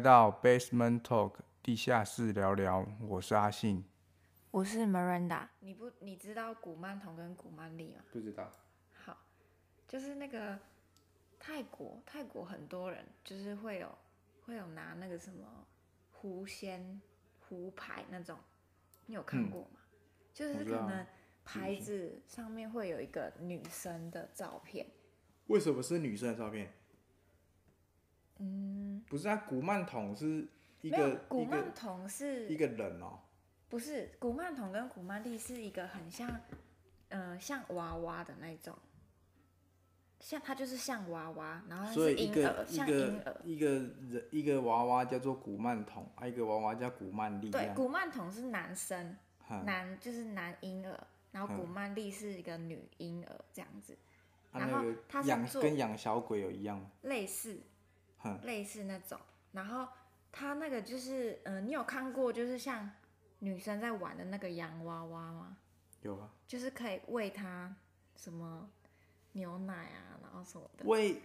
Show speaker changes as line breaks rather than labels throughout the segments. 到 Basement Talk 地下室聊聊，我是阿信。
我是 Miranda，
你不你知道古曼童跟古曼丽吗？
不知道，
好，就是那个泰国，泰国很多人就是会有会有拿那个什么狐仙、狐牌那种，你有看过吗？就
嗯我知
是可
道啊
能牌子上面会有一个女生的照片，
为什么是女生的照片？嗯，不是啊，古曼童是一
没有
个
古
一个
曼童
一
是
个人哦，
不是古曼童跟古曼丽是一个很像，嗯、像娃娃的那种。像它就是像娃娃，然后它
所
是
以一
婴
个
儿，
一
像婴儿
个，一个人一个娃娃叫做古曼童，啊，一个娃娃叫古曼丽，啊这
对，
样嗯
古曼童是男生，
哈
男就是男婴儿，然后古
嗯
曼丽是一个女婴儿这样子，
啊
然
那
后
个
他是
养
做
跟养小鬼有一样吗？
类似
哼，
类似那种。然后他那个就是，嗯、你有看过就是像女生在玩的那个洋娃娃吗？
有啊，
就是可以喂它什么牛奶啊，然后什么的。
喂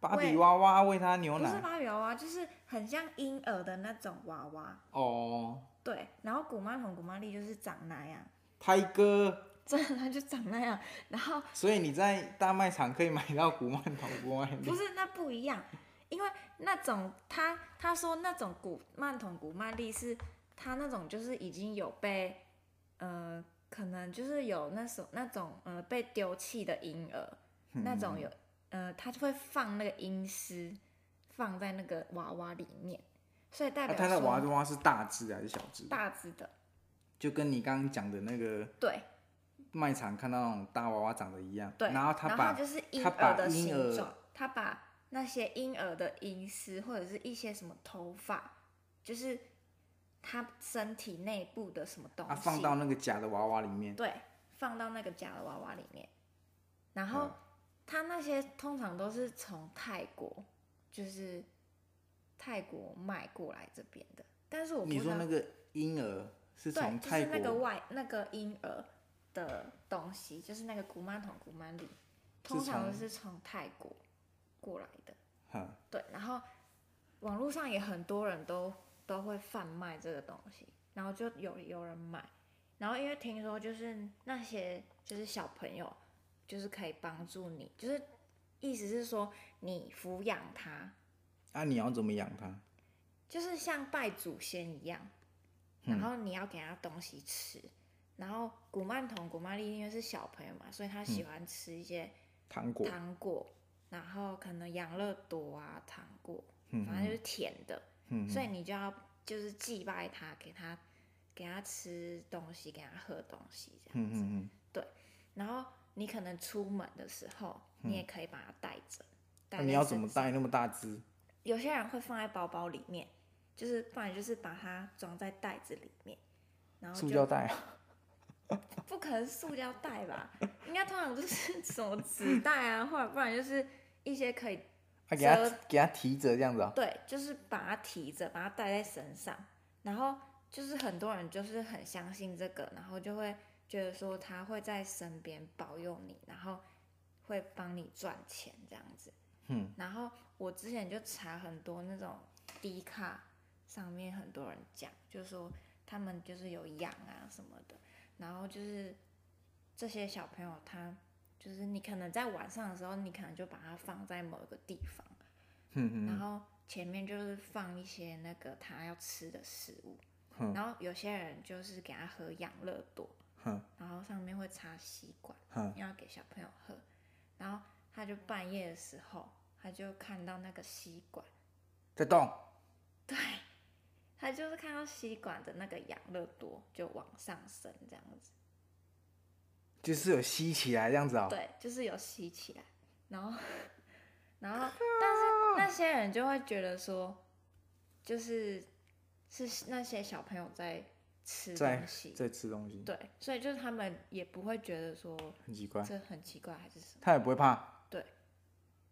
芭比
喂
娃娃喂她牛
不是
奶
芭比娃娃，就是很像婴儿的那种娃娃。
哦，
对，然后古曼童、古曼丽就是长那样，
泰哥。
真的它就长那样。然后
所以你在大卖场可以买到古曼童、古曼丽
不，是，那不一样，因为那种他他说那种古曼童古曼丽是他那种就是已经有被呃，可能就是有那种那种呃被丢弃的婴儿，
嗯
那
啊
种有呃，他就会放那个阴丝放在那个娃娃里面，所以代
啊，
表
它的
说
娃娃是大只还是小只？
大只的，
就跟你刚刚讲的那个
对
卖场看到那种大娃娃长得一样，
对，
然后他把
就是婴
他把
儿的
婴儿
形状，他把那些婴儿的阴丝或者是一些什么头发，就是他身体内部的什么东西，
啊放到那个假的娃娃里面，
对，放到那个假的娃娃里面。然后、
嗯
他那些通常都是从泰国，就是泰国卖过来这边的，但是我不
你
知道
说那个婴儿是
对，
从
就是
泰
那个
国，
外那个婴儿的东西，就是那个古曼童、古曼丽，通
是
常都
从
是从泰国过来的。
哼，
对，然后网络上也很多人都都会贩卖这个东西，然后就有有人买，然后因为听说就是那些就是小朋友，就是可以帮助你，就是意思是说你抚养他，
啊，你要怎么养它？
就是像拜祖先一样，
嗯
然后你要给他东西吃。然后古曼童、古曼丽因为是小朋友嘛，所以他
嗯
喜欢吃一些
糖果，
糖果，然后可能养乐多啊、糖果，
嗯
反正就是甜的。
嗯
所以你就要就是祭拜他，给他给他吃东西，给他喝东西这样
嗯
子。
嗯
然后你可能出门的时候，你也可以把它带着。
嗯，
带在
你要
身
怎么嗯
上
带那么大只？
有些人会放在包包里面，就是不然就是把它装在袋子里面，然后
塑
就
胶袋啊，
不可能塑胶袋吧？应该通常就是什么纸袋啊，或者不然就是一些可以
啊给它
折
给它提着这样子啊，
对，就是把它提着，把它带在身上。然后就是很多人就是很相信这个，然后就会觉得说他会在身边保佑你，然后会帮你赚钱这样子。
嗯，
然后我之前就查很多那种低卡上面很多人讲，就说他们就是有养啊什么的，然后就是这些小朋友他就是你可能在晚上的时候，你可能就把它放在某一个地方，
嗯
然后前面就是放一些那个他要吃的食物，
嗯
然后有些人就是给他喝养乐多，
嗯
然后上面会插吸管，
嗯
要给小朋友喝，然后他就半夜的时候，他就看到那个吸管，
在动，
他就是看到吸管的那个养乐多就往上升这样子，
就是有吸起来这样子啊，
对，就是有吸起来，然后，然后，但是那些人就会觉得说，就是是那些小朋友在吃
在
东西，
在吃东西，
对，所以就是他们也不会觉得说
很奇怪，
这很奇怪还是什么，
它也不会怕，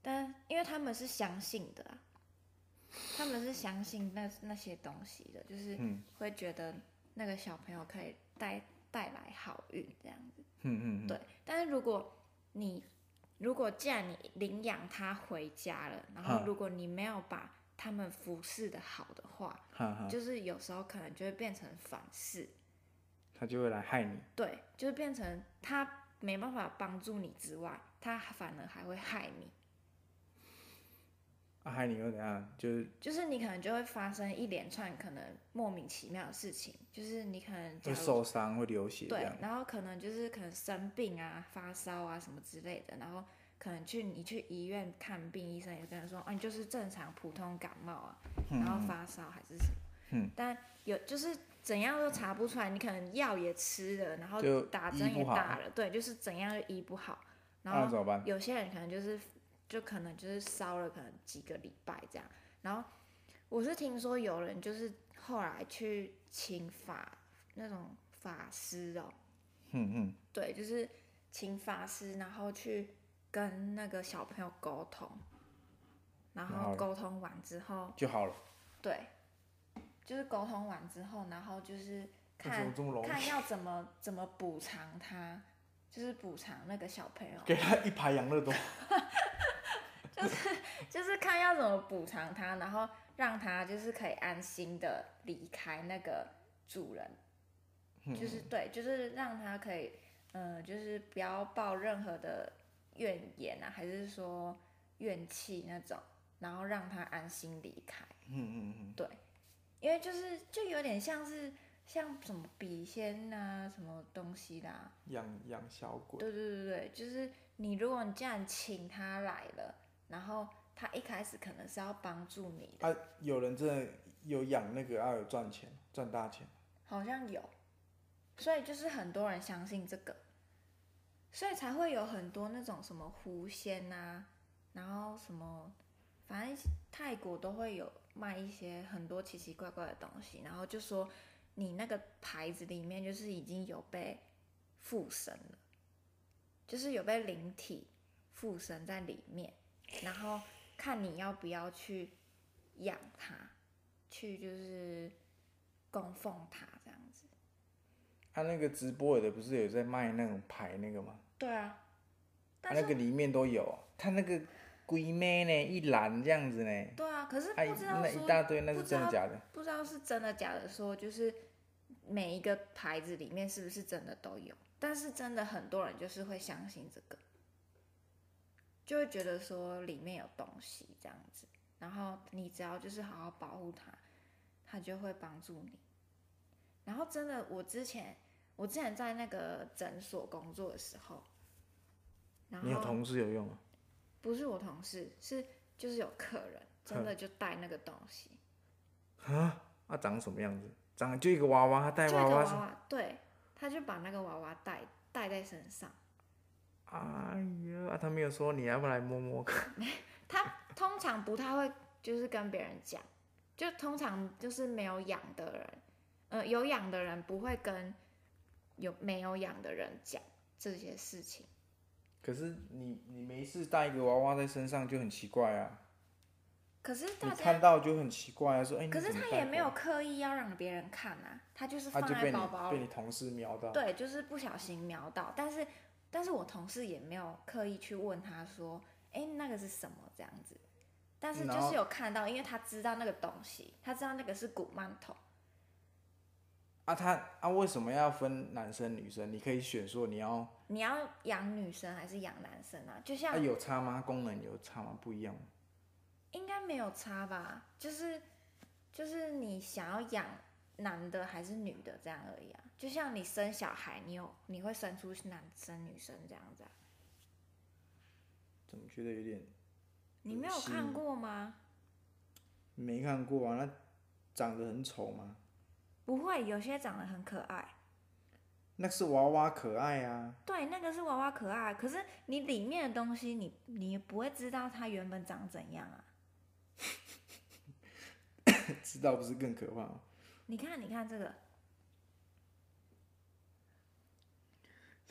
但因为他们是相信的啊，他们是相信那那些东西的，就是
嗯
会觉得那个小朋友可以带带来好运这样子。
嗯嗯嗯，
对，但是如果你如果既然你领养它回家了，然后
嗯
如果你没有把他们服侍的好的话，
哈哈，
就是有时候可能就会变成反噬，
他就会来害你。
对，就是变成他没办法帮助你之外，他反而还会害你，
啊，害你又怎样？就是
就是你可能就会发生一连串可能莫名其妙的事情，就是你可能假
会
如
受伤，会流血这
对
样，。
然后可能就是可能生病啊、发烧啊什么之类的，然后可能去你去医院看病，医生也跟你说，啊，你就是正常普通感冒啊，然后发烧还是什么，
嗯
但有就是怎样都查不出来，你可能药也吃了，然后
就
打
医
针
不
也
好啊
打了，对，就是怎样就医不好，然
那
后
怎么办？
有些人可能就是就可能就是烧了可能几个礼拜这样，然后我是听说有人就是后来去请法那种法师哦，
嗯嗯，
对，就是请法师，然后去跟那个小朋友沟通，然
然后
后
嘞
沟通完之后，
就好了。
对，就是沟通完之后，然后就是
那怎
看
么这么容易？
看要怎么怎么补偿他，就是补偿那个小朋友，
给他一排养乐多。
就是看要怎么补偿他，然后让他就是可以安心的离开那个主人，
嗯
就是对，就是让他可以，呃，就是不要抱任何的怨言啊，还是说怨气那种，然后让他安心离开，
嗯嗯嗯，
因为就是就有点像是像什么笔仙啊，什么东西啦、
养养小鬼。
对对对对，就是你如果你既然请他来了，然后他一开始可能是要帮助你的，
啊，有人真的有养那个啊，有赚钱，赚大钱。
好像有，所以就是很多人相信这个，所以才会有很多那种什么狐仙啊，然后什么，反正泰国都会有卖一些很多奇奇怪怪的东西，然后就说你那个牌子里面就是已经有被附身了，就是有被灵体附身在里面，然后看你要不要去养它，去就是供奉它这样子。
他、那个直播有的不是有在卖那种牌那个吗？
对啊，
他、
但是
那个里面都有啊，他那个龟妹呢，一篮这样子呢，
对啊，可是
哎、
不知道
那一
说
大堆，那
不
是
知
真的
道
假的？
不知道是真的假的说，就是每一个牌子里面是不是真的都有，但是真的很多人就是会相信这个，就会觉得说里面有东西这样子，然后你只要就是好好保护它，它就会帮助你。然后真的，我之前我之前在那个诊所工作的时候，然后
你有同事有用吗？
不是我同事，是就是有客人真的就带那个东西，
啊，长什么样子？长得就一个娃娃，他带
就一
娃
个娃
娃上。
娃，对，他就把那个娃娃带带在身上。
哎呀，啊，他没有说你要不要来摸摸看？
他通常不太会就是跟别人讲，就通常就是没有养的人，呃，有养的人不会跟有没有养的人讲这些事情。
可是你你没事带一个娃娃在身上就很奇怪啊，
可是
你
大
看
家，
到就很奇怪啊，说哎、你
可是
怎么
他
带
也没有
过
刻意要让别人看啊，他就是
来，
放
啊就
在
被你
包包
被
里
你同事瞄到，
对，就是不小心瞄到，但是但是我同事也没有刻意去问他说，哎、那个是什么这样子，但是
嗯然
就
后
是有看到，因为他知道那个东西，他知道那个是古曼童，
啊他啊为什么要分男生女生？你可以选说你要
你要养女生还是养男生啊？就像、
啊有差吗？功能有差吗？不一样吗？
应该没有差吧，就是就是你想要养男的还是女的这样而已啊，就像你生小孩，你有你会生出男生女生这样子啊，
怎么觉得有点
你没有
是
看过吗？
没看过啊？那长得很丑吗？
不会，有些长得很可爱。
那是娃娃可爱啊，
对，那个是娃娃可爱，可是你里面的东西你，你不会知道它原本长怎样啊。
知道不是更可怕吗？
你看，你看这个，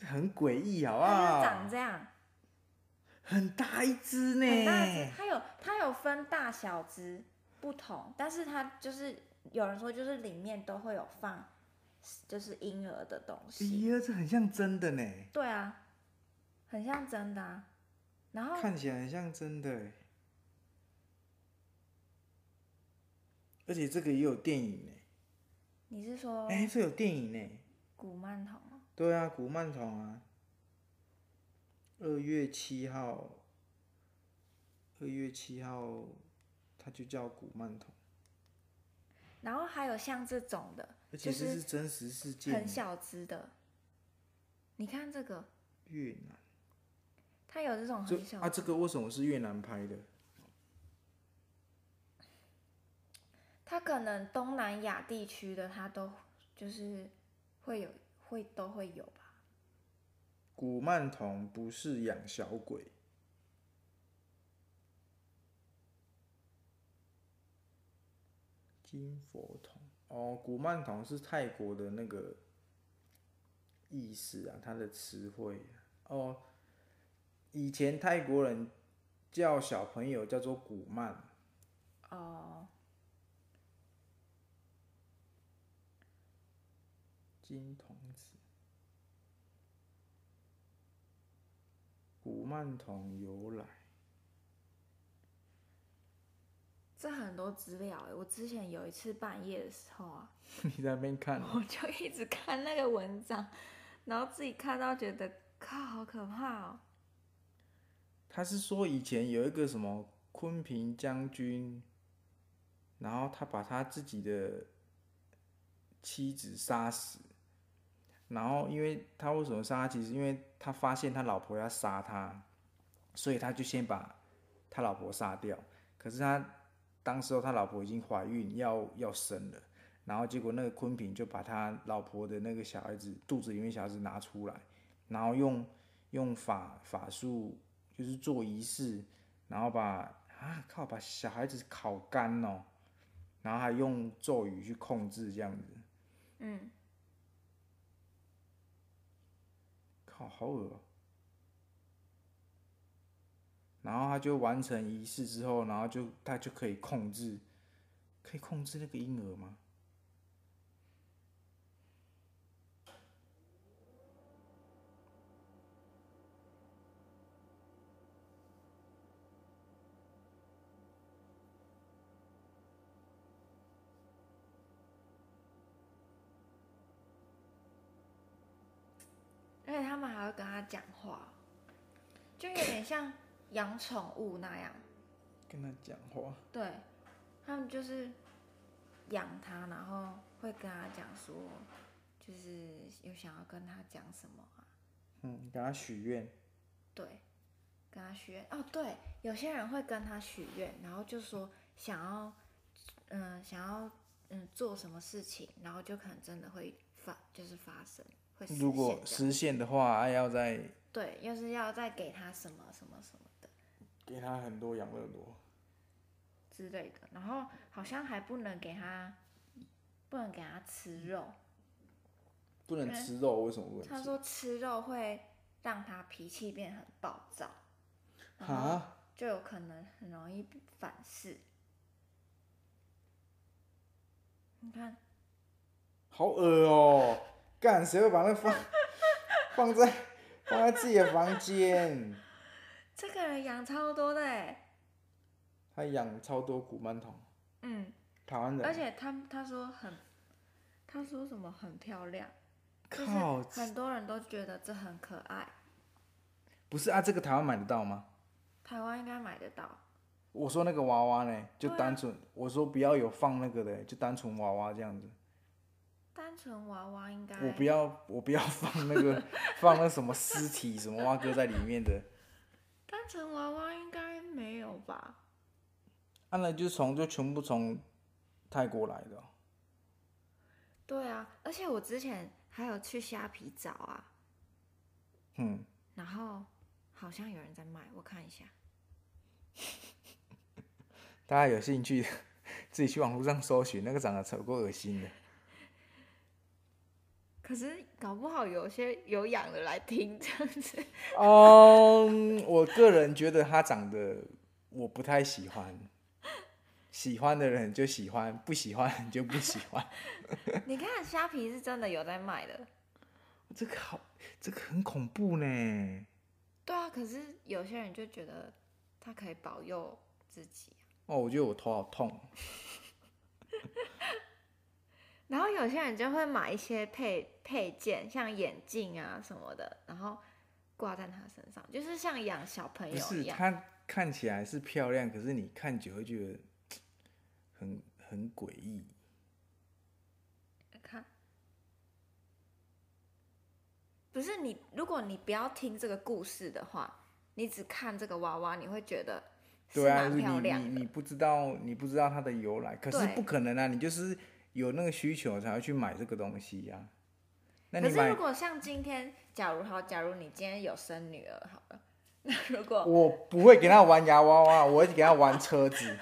很诡异好不
它就
好
长？这样，
很大一只呢，
很大只，它有它有分大小只不同，但是它就是有人说就是里面都会有放，就是婴儿的东西。
哎呀，这很像真的呢，
对啊，很像真的啊。然后
看起来很像真的欸。而且这个也有电影呢、
你是说
哎、这有电影呢、
古曼童吗？
对啊，古曼童啊，二月七号，二月七号，它就叫古曼童，
然后还有像这种的，
而且
就
这
是
是真实事件呢。
很小只的。你看这个，
越南，
它有这种哦很
这
小
啊，这个为什么是越南拍的？
它可能东南亚地区的它都就是会有，会都会有吧。
古曼童不是养小鬼，金佛童哦，古曼童是泰国的那个意思啊，它的词汇啊哦。以前泰国人叫小朋友叫做古曼，
哦，
金童子，古曼童由来。
这很多资料欸我之前有一次半夜的时候啊，
你在那边看，啊
我就一直看那个文章，然后自己看到觉得靠，好可怕哦。
他是说以前有一个什么昆平将军，然后他把他自己的妻子杀死，然后因为他为什么杀他？其实因为他发现他老婆要杀他，所以他就先把他老婆杀掉。可是他当时候他老婆已经怀孕要要生了，然后结果那个昆平就把他老婆的那个小孩子肚子里面小孩子拿出来，然后用用法法术就是做仪式，然后把啊靠把小孩子烤干哦，然后还用咒语去控制这样子，
嗯，
靠好恶哦、然后他就完成仪式之后，然后就他就可以控制，可以控制那个婴儿吗？
而且他们还会跟他讲话，就有点像养宠物那样。
跟他讲话，
对，他们就是养它，然后会跟他讲说，就是有想要跟他讲什么啊？
嗯，给他许愿，
对，跟他许愿。哦，对，有些人会跟他许愿，然后就说想要，嗯、想要嗯做什么事情，然后就可能真的会发，就是发生，会实
如果
现这样
实现的话，还要再
对，又是要再给他什么什么什么的
给他很多养乐多。
之类的，然后好像还不能给他，不能给他吃肉。
不能
对
吃肉，为什么不能吃？
他说吃肉会让他脾气变很暴躁，然后
啊，
就有可能很容易反噬。你看，
好恶哦、干，谁会把那放 放在放在自己的房间？
这个人养超多的欸，
他养超多古曼童，
嗯，
台湾人，
而且他他说很，他说什么很漂亮，就是
靠，
很多人都觉得这很可爱，
不是啊，这个台湾买得到吗？
台湾应该买得到。
我说那个娃娃呢，就
对啊
单纯、我说不要有放那个的，就单纯娃娃这样子。
单纯娃娃应该
我不要，我不要放那个 放那什么尸体什么蛙哥在里面的。
单纯娃娃应该没有吧？
啊，那就从就全部从泰国来的哦、
对啊，而且我之前还有去虾皮找啊，
嗯，
然后好像有人在卖，我看一下。
大家有兴趣自己去网络上搜寻，那个长得超够恶心的。
可是搞不好有些有养的来听这样子，
哦、我个人觉得他长得我不太喜欢，喜欢的人就喜欢，不喜欢的人就不喜 欢。
你看虾皮是真的有在卖的。
这个好，这个很恐怖呢。
对啊，可是有些人就觉得它可以保佑自己啊、
哦，我觉得我头好痛。
然后有些人就会买一些配配件，像眼镜啊什么的，然后挂在他身上，就是像养小朋
不
友
是
一样。
它看起来是漂亮，可是你看久会觉得很很诡异。
看，不是你，如果你不要听这个故事的话，你只看这个娃娃，你会觉得是
对啊，
蛮
你
漂
你
亮的。
你不知道，你不知道它的由来，可是
对
不可能啊！你就是有那个需求才会去买这个东西呀、那你
可是如
买，
果像今天，假如好，假如你今天有生女儿好了， 那如果
我不会给他玩洋娃娃，我会给他玩车 子，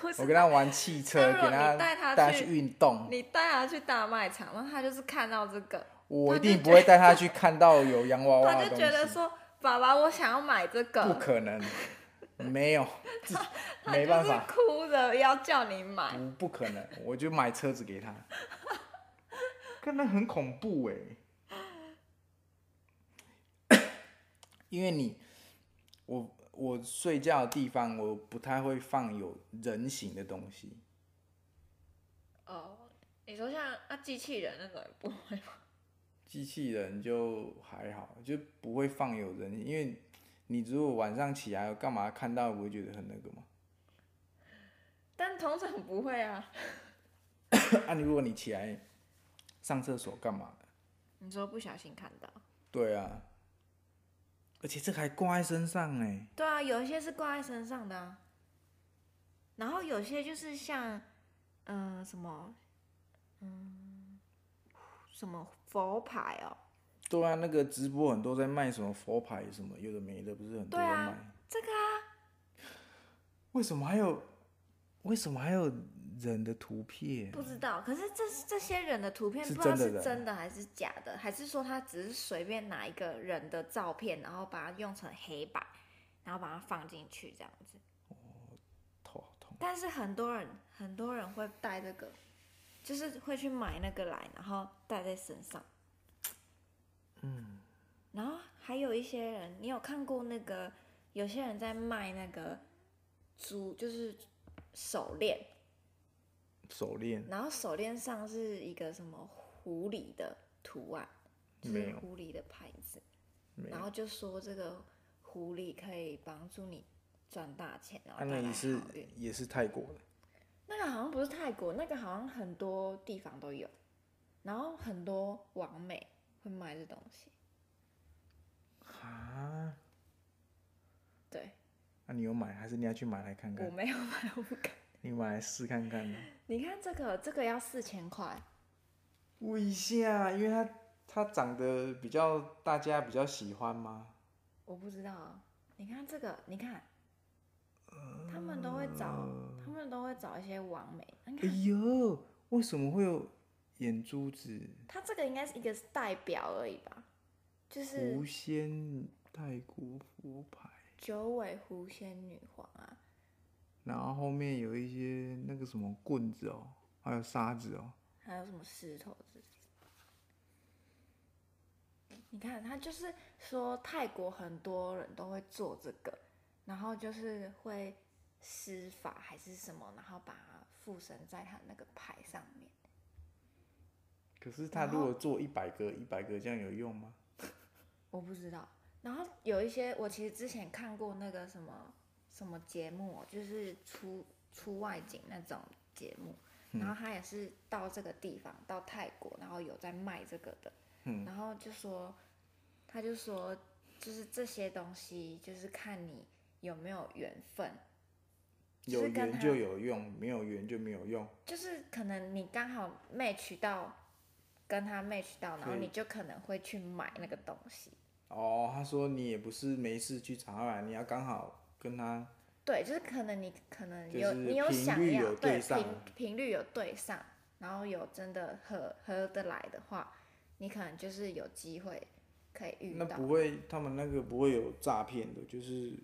不是
我跟他玩汽车，
那如
给
果
他
你带他
带他
去
去运动，
你带她去大卖场，那她就是看到这个，
我一
他就
定
觉
不会带他去看到有洋娃娃
她
的
就
东
觉得
西，
说：“爸爸，我想要买这个。”
不可能，没有，自 己
她
没办法
就。是哭着要叫你买。
不，不可能，我就买车子给他。可能很恐怖哎、因为你，我我睡觉的地方我不太会放有人形的东西，
哦，你说像啊机器人那种也不会吗？
机器人就还好，就不会放有人，因为你如果晚上起来干嘛看到，不会觉得很那个吗？
但通常不会啊。
啊，你如果你起来上厕所干嘛？
你说不小心看到？
对啊，而且这个还挂在身上哎、
对啊，有一些是挂在身上的啊，然后有些就是像，嗯、什么，嗯，什么佛牌哦，
对啊，那个直播很多在卖什么佛牌什么，有的没的，不是很多
对
在
啊
卖。
这个啊，
为什么还有？为什么还有人的图片？
不知道。可是这这些人的图片
是
不知道
真的
是
人
真的还是假的，还是说他只是随便拿一个人的照片，然后把它用成黑白，然后把它放进去这样子。
头好痛。
但是很多人很多人会带这个，就是会去买那个来，然后带在身上。
嗯，
然后还有一些人，你有看过那个有些人在卖那个珠，就是手链，
手链
然后手链上是一个什么狐狸的图案，就
没
是
有
狐狸的牌子，
没
然
有。
后就说这个狐狸可以帮助你赚大钱，然后
啊，
带
那
来
也是
好运。
也是泰国的，
那个好像不是泰国，那个好像很多地方都有，然后很多网美会卖这东西，
啊？
对
那、你有买还是你要去买来看
我
看？
没有买，我不敢。
你买来试看看呢？
你看这个，这个要四千块。
问一下，啊因为它它长得比较大家比较喜欢吗？
我不知道啊，你看这个，你看，他们都会找，他们都会找一些网美。你
哎
看，
呦，为什么会有眼珠子？
他这个应该是一个代表而已吧，就是
狐仙泰国佛牌，
九尾狐仙女皇啊，
然后后面有一些那个什么棍子哦，还有沙子哦，
还有什么石头之类的。你看，他就是说泰国很多人都会做这个，然后就是会施法还是什么，然后把它附身在他那个牌上面。
可是他
然
如
后
果做一百个，一百个这样有用吗？
我不知道。然后有一些，我其实之前看过那个什么什么节目哦，就是出出外景那种节目，然后他也是到这个地方，到泰国，然后有在卖这个的，
嗯
然后就说，他就说，就是这些东西，就是看你有没有缘分，就
有
是跟
缘
他
就有用，没有缘就没有用。
就是可能你刚好 match 到跟他 match 到，然后
对
你就可能会去买那个东西。
哦，他说你也不是没事去查来，你要刚好跟他，
对，就是可能你可能
就
有
是
你有
频
想
率
要
有对
对
上
频频率有对上，然后有真的合合得来的话，你可能就是有机会可以遇
那
到
不。会，他们那个不会有诈骗的，就是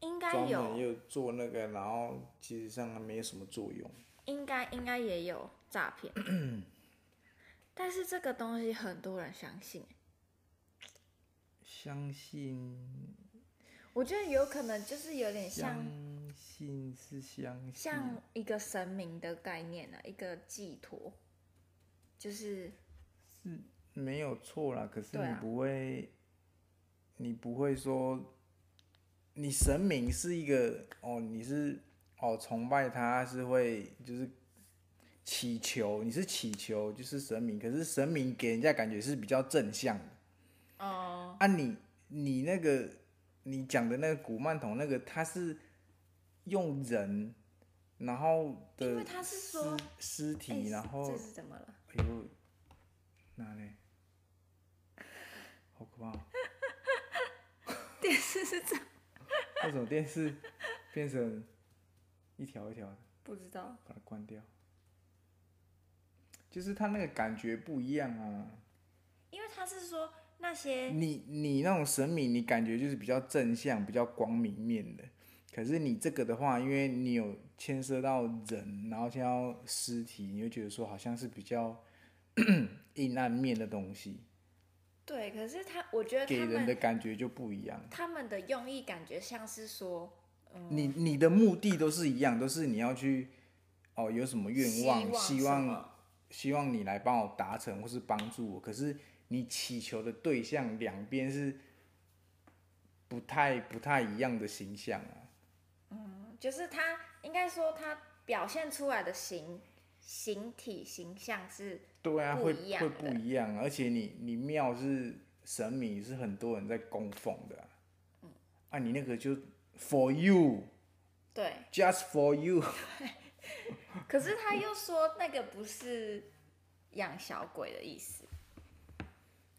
应该
专门
有，
又做那个，然后其实上没有什么作用。
应该应该也有诈 骗，但是这个东西很多人相信，
相信
我觉得有可能就是有点像
相信是相信，
像一个神明的概念啊，一个寄托，就是
没有错啦，可是
对
你
啊
不会，你不会说，你神明是一个哦，你是哦崇拜他是会就是祈求，你是祈求就是神明，可是神明给人家感觉是比较正向的
哦，
啊你，你那个你讲的那个古曼童那个，他是用人，然后的
因为他是说
尸尸
哎
体，然后
这是怎么了？
哎呦，哪里？好可怕哦！
电视是这
为什么电视变成一条一条的？
不知道，
把它关掉。就是它那个感觉不一样啊。
因为他是说那些
你你那种神明，你感觉就是比较正向、比较光明面的。可是你这个的话，因为你有牵涉到人，然后牵涉到尸体，你会觉得说好像是比较 阴暗面的东西，
对，可是他我觉得
给
他
人的
们
感觉就不一样。
他们的用意感觉像是说
你你的目的都是一样，都是你要去哦有什么愿望，
希
希
望什
望
么
希望你来帮我达成或是帮助我，可是你祈求的对象两边是不太不太一样的形象啊。
就是他应该说他表现出来的形形体形象是
对啊，
不
会
一样
会
的
不一样，啊而且你你庙是神明，是很多人在供奉的啊。啊，你那个就 for you，just
对，
for you，
可是他又说那个不是养小鬼的意思，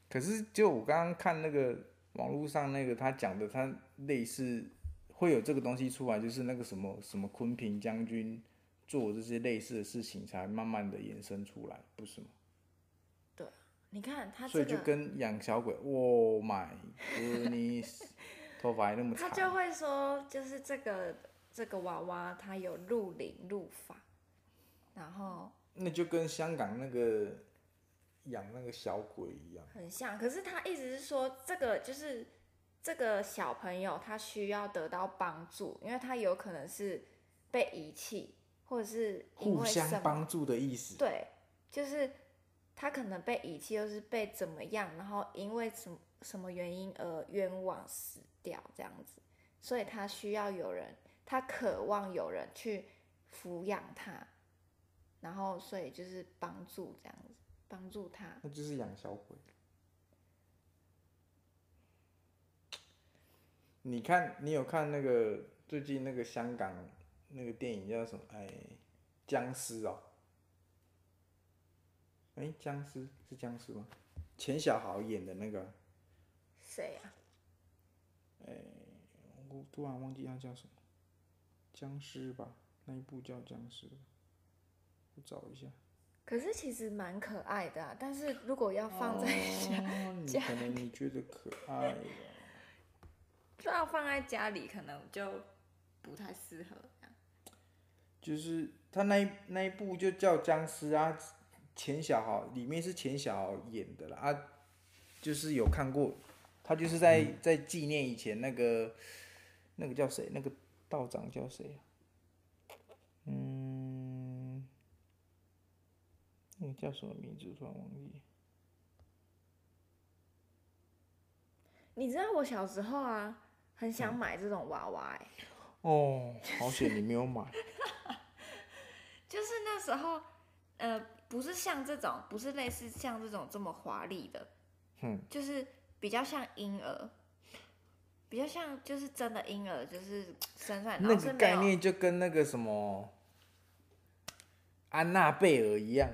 可是，就我刚刚看那个网络上那个他讲的，他类似会有这个东西出来，就是那个什么什么昆平将军做这些类似的事情，才慢慢的衍生出来，不是吗？
你看他
所
这
以就
啊个
跟养小鬼，Oh my goodness，头发还那么
他就
长，
会说就是这个这个娃娃他有入灵入法，然后
那就跟香港那个养那个小鬼一样。
很像，可是他意思是说，这个就是这个小朋友他需要得到帮助，因为他有可能是被遗弃，或者是因
互
为什
相
么
帮助的意思，
对，就是他可能被遗弃，或是被怎么样，然后因为什么什么原因而冤枉死掉这样子，所以他需要有人，他渴望有人去抚养他，然后所以就是帮助这样子，帮助他。
那就是养小鬼。你看，你有看那个最近那个香港那个电影叫什么？哎，僵尸哦。哎，僵尸是僵尸吗？钱小豪演的那个，
谁啊？
我突然忘记他叫什么，僵尸吧，那一部叫僵尸吧。我找一下。
可是其实蛮可爱的、啊，但是如果要放在 家，
哦，你可能你觉得可爱哦了。
就要放在家里，可能就不太适合这样。
就是他那一那一部就叫僵尸啊，钱小豪里面是钱小豪演的啦啊，就是有看过，他就是在在纪念以前那个那个叫谁，那个道长叫谁啊？嗯，那个叫什么名字？突然忘记。
你知道我小时候啊，很想买这种娃娃、欸，
哦，好险你没有买。
就是那时候，呃，不是像这种，不是类似像这种这么华丽的，
嗯，
就是比较像婴儿，比较像就是真的婴儿，就是生出来，然
那
后是
个
没
概
有，
念就跟那个什么安娜贝尔一样。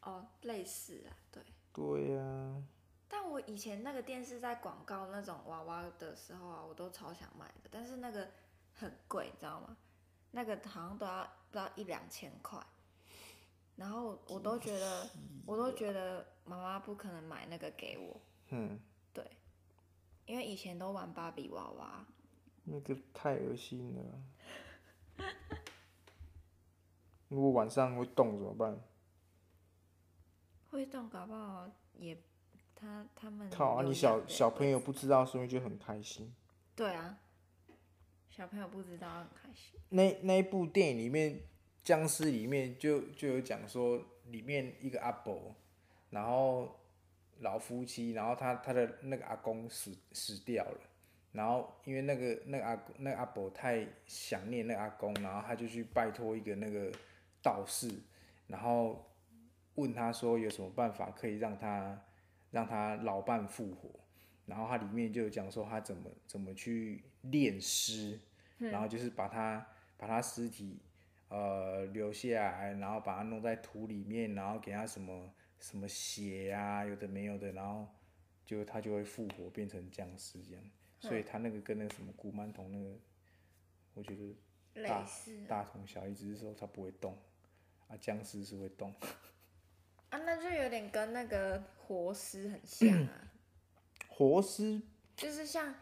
哦，类似啊，对。
对啊呀、
但我以前那个电视在广告那种娃娃的时候啊，我都超想买的，但是那个很贵，你知道吗？那个好像都要不知道一两千块，然后我都觉得，我都觉得妈妈不可能买那个给我，
嗯。
对，因为以前都玩芭比娃娃，
那个太恶心了。如果晚上会动怎么办？
会动搞不好也他他们
靠啊！
嗯有
你
养
小
的
小朋友不知道，所以就很开心。
对啊，小朋友不知道很开心。
那那一部电影里面，僵尸里面就就有讲说，里面一个阿伯，然后老夫妻，然后他他的那个阿公死死掉了，然后因为那个那个阿公那个阿伯太想念那个阿公，然后他就去拜托一个那个道士，然后问他说有什么办法可以让他让他老伴复活，然后他里面就有讲说他怎么怎么去炼尸。然后就是把它把它尸体呃留下来，然后把它弄在土里面，然后给它什么什么血啊，有的没有的，然后就它就会复活变成僵尸这样。所以它那个跟那个什么古曼童那个，我觉得
类
大
似
大同小异，只是说它不会动啊，僵尸是会动。
啊，那就有点跟那个活尸很像 啊，
活尸，
就是像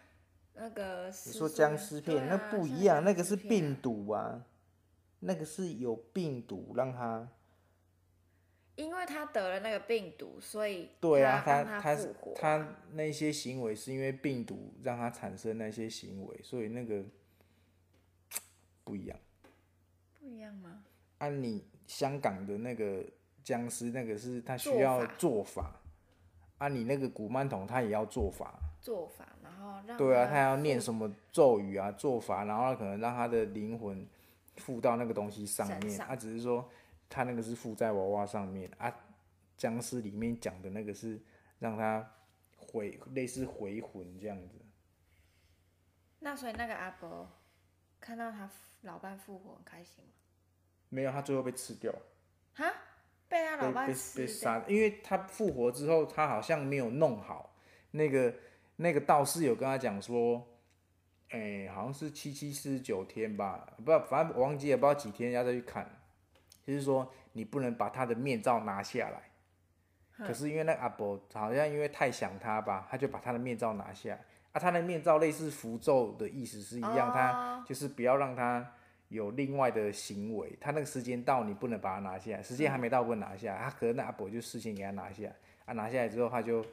那个啊你
你说僵尸片、那不
啊
一样，那个是病，毒啊，那个是有病毒让它。
因为他得了那个病毒，所以
对啊，
他
他
让
他
复活，
他那些行为是因为病毒让他产生那些行为，所以那个不一样。
不一样吗？
按、你香港的那个僵尸，那个是他需
做
要
法
做法。按、你那个古曼童，他也要做法。
做法，然后让
对啊，他要
复
念什么咒语啊、做法，然后可能让他的灵魂附到那个东西上
身
面。
上
他、只是说他那个是附在娃娃上面啊，僵尸里面讲的那个是让他回类似回魂这样子。
那所以那个阿伯看到他老伴复活很开心吗？
没有，他最后被吃掉，
哈，被他
被
老
被
伴
被
吃掉，
杀，因为他复活之后，他好像没有弄好那个那个道士有跟他讲说。哎、好像是七七四十九天吧，不，反正我忘记了，不知道几天要再去看。就是说，你不能把他的面罩拿下来。可是因为那个阿伯好像因为太想他吧，他就把他的面罩拿下来。啊，他的面罩类似符咒的意思是一样，
哦
他就是不要让他有另外的行为。他那个时间到，你不能把它拿下来，时间还没到不能拿下来。
嗯
啊，可是那阿伯就事先给他拿下来，啊，拿下来之后他就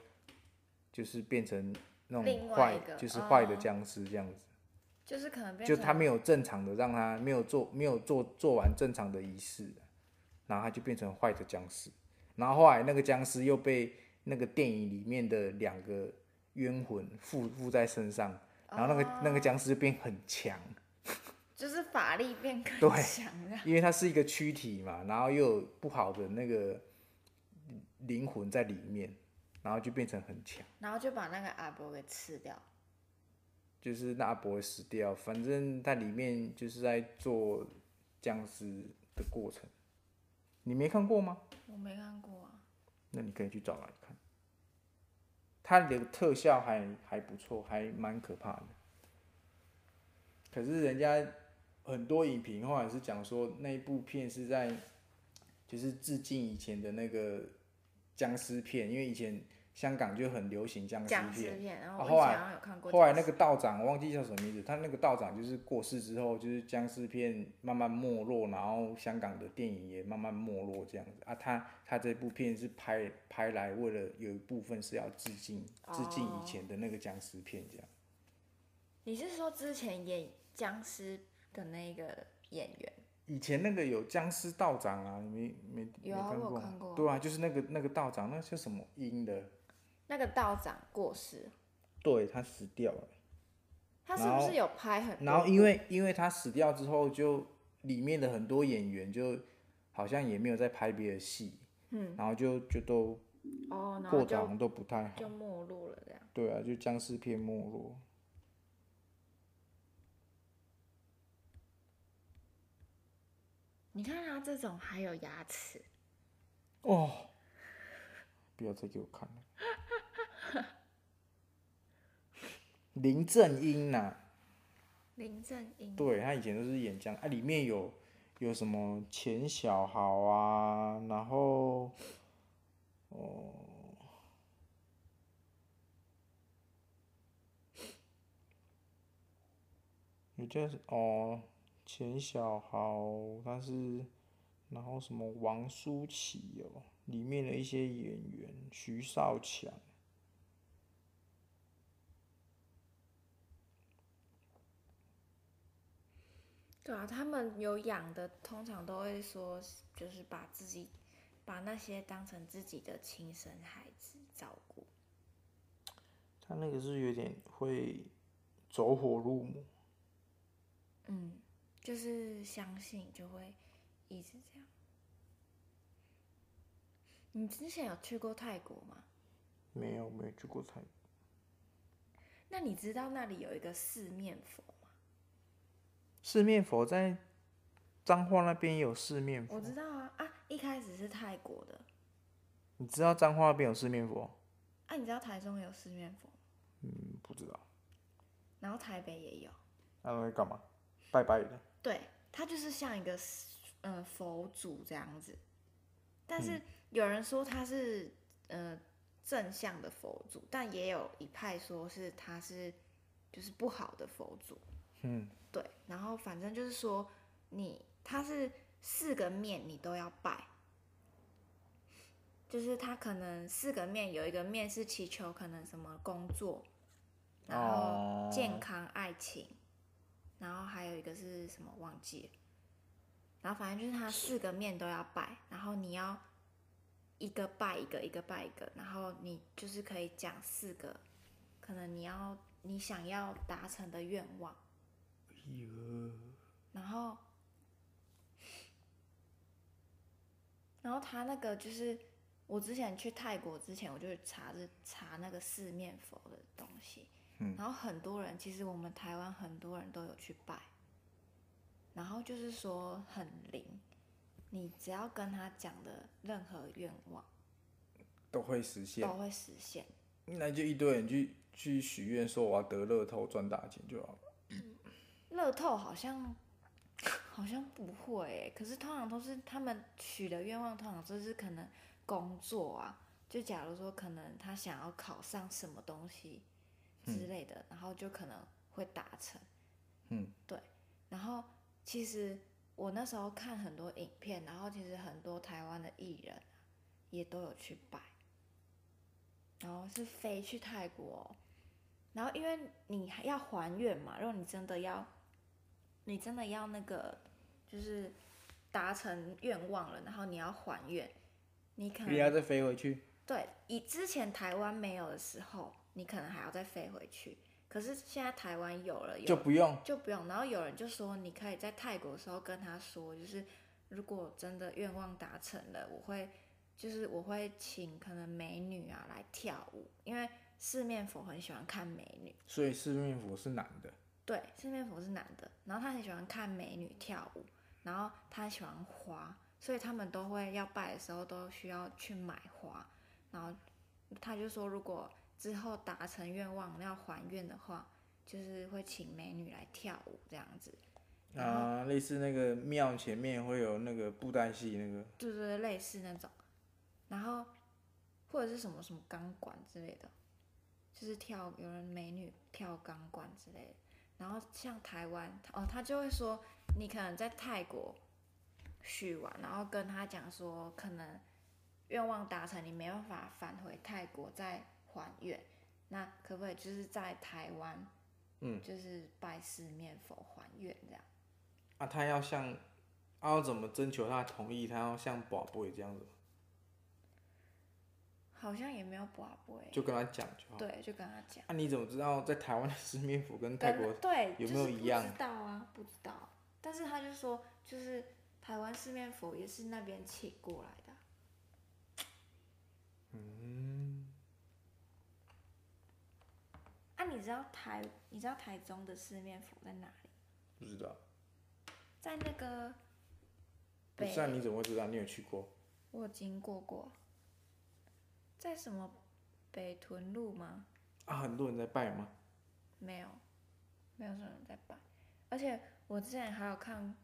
就是变成那
另
种
外
坏
一，个
就是坏的
哦
僵尸这样子。
就是可能变
就
成
他没有正常的让他没有做没有做做完正常的仪式，然后他就变成坏的僵尸。然后后来那个僵尸又被那个电影里面的两个冤魂附附在身上，然后那个、
哦
那个僵尸就变很强，
就是法力变更
对
强这样，
因为它是一个躯体嘛，然后又有不好的那个灵魂在里面，然后就变成很强。
然后就把那个阿伯给吃掉。
就是那阿伯会死掉，反正它里面就是在做僵尸的过程。你没看过吗？
我没看过啊，
那你可以去找来看。它的特效还还不错，还蛮可怕的。可是人家很多影评或者是讲说那一部片是在就是致敬以前的那个僵尸片，因为以前香港就很流行僵尸
僵尸
片，
片，然
啊
后我
后
以
来
前好像有看过僵尸。
后来那个道长我忘记叫什么名字，他那个道长就是过世之后，就是僵尸片慢慢没落，然后香港的电影也慢慢没落这样子啊。他他这部片是拍拍来为了有一部分是要致敬致敬以前的那个僵尸片这样。
你是说之前演僵尸的那个演员？
以前那个有僵尸道长啊，你没没
有啊
没看
我有
过吗？
看过
对啊，就是那个那个道长，那叫什么鹰的？
那个道长过世，
对他死掉了。
他是
然
不
后
是有拍很多部？
然后因为因为他死掉之后，就里面的很多演员就好像也没有在拍别的戏，嗯，然后就就都
哦，然后
过得好
就
像都不太好
就，没落了这样。
对啊，就僵尸片没落。
你看他这种还有牙齿，
哦，不要再给我看了。林正英呐、
林正英
对他以前都是演僵啊，里面有有什么钱小豪啊，然后哦，有叫什哦钱小豪，他是然后什么王舒淇哦，里面的一些演员徐少强。
对啊，他们有养的，通常都会说，就是把自己把那些当成自己的亲生孩子照顾。
他那个是有点会走火入魔，
嗯，就是相信就会一直这样。你之前有去过泰国吗？
没有没有去过泰国，
那你知道那里有一个四面佛吗？
四面佛在彰化那边有四面
我
佛，
知道啊啊，一开始是泰国的。
你知道彰化那边有四面佛？
啊，你知道台中有四面佛，
嗯，不知道。
然后台北也有。
那他在干嘛？拜拜的。
对，它就是像一个呃佛祖这样子，但是有人说他是呃正向的佛祖，但也有一派说是他是就是不好的佛祖。
嗯，
对，然后反正就是说你他是四个面你都要拜，就是他可能四个面有一个面是祈求可能什么工作，然
哦
后健康、爱情，然后还有一个是什么忘记了，然后反正就是他四个面都要拜，然后你要一个拜一个，一个拜一个，然后你就是可以讲四个，可能你要你想要达成的愿望。然后，然后他那个就是我之前去泰国之前，我就查着查那个四面佛的东西，
嗯
然后很多人其实我们台湾很多人都有去拜，然后就是说很灵，你只要跟他讲的任何愿望
都会实现
都。会实现。
那就一堆人去去许愿，说我要得乐透赚大钱就好了。
乐透好像好像不会欸，可是通常都是他们许的愿望，通常就是可能工作啊，就假如说可能他想要考上什么东西之类的，然后就可能会达成。
嗯，
对。然后其实我那时候看很多影片，然后其实很多台湾的艺人也都有去拜，然后是飞去泰国哦、然后因为你还要还愿嘛，如果你真的要，你真的要那个就是达成愿望了，然后你要还愿，你可
嗯你要
能
再飞回去，
对以之前台湾没有的时候，你可能还要再飞回去。可是现在台湾有了，有
就不用
就不用。然后有人就说，你可以在泰国的时候跟他说，就是如果真的愿望达成了，我会就是我会请可能美女啊来跳舞，因为四面佛很喜欢看美女，啊
所以四面佛是男的，
对，四面佛是男的，然后他很喜欢看美女跳舞，然后他喜欢花，所以他们都会要拜的时候都需要去买花，然后他就说，如果之后达成愿望要还愿的话，就是会请美女来跳舞这样子。然后
啊，类似那个庙前面会有那个布袋戏那个，
对对对，类似那种，然后或者是什么什么钢管之类的，就是跳有人美女跳钢管之类的。然后像台湾哦，他就会说你可能在泰国许完，然后跟他讲说可能愿望达成，你没办法返回泰国再还愿，那可不可以就是在台湾，
嗯，
就是拜四面佛还愿这样？
啊，他要像，他要怎么征求他的同意？他要像宝贝这样子，
好像也没有卜卦，
就跟他讲就好。
对，就跟他讲。
啊，你怎么知道在台湾的四面佛跟泰
跟
国？
对
有没有
就是
一样
不知道啊，不知道。但是他就说，就是台湾四面佛也是那边请过来的啊。
嗯，
啊，你知道台你知道台中的四面佛在哪里？
不知道。
在那个
不
北
是，啊，你怎么会知道？你有去过？
我有经过过，在什么北屯路吗？
啊，很多人在拜吗？
没有，没有什么人在拜。而且我之前还有看，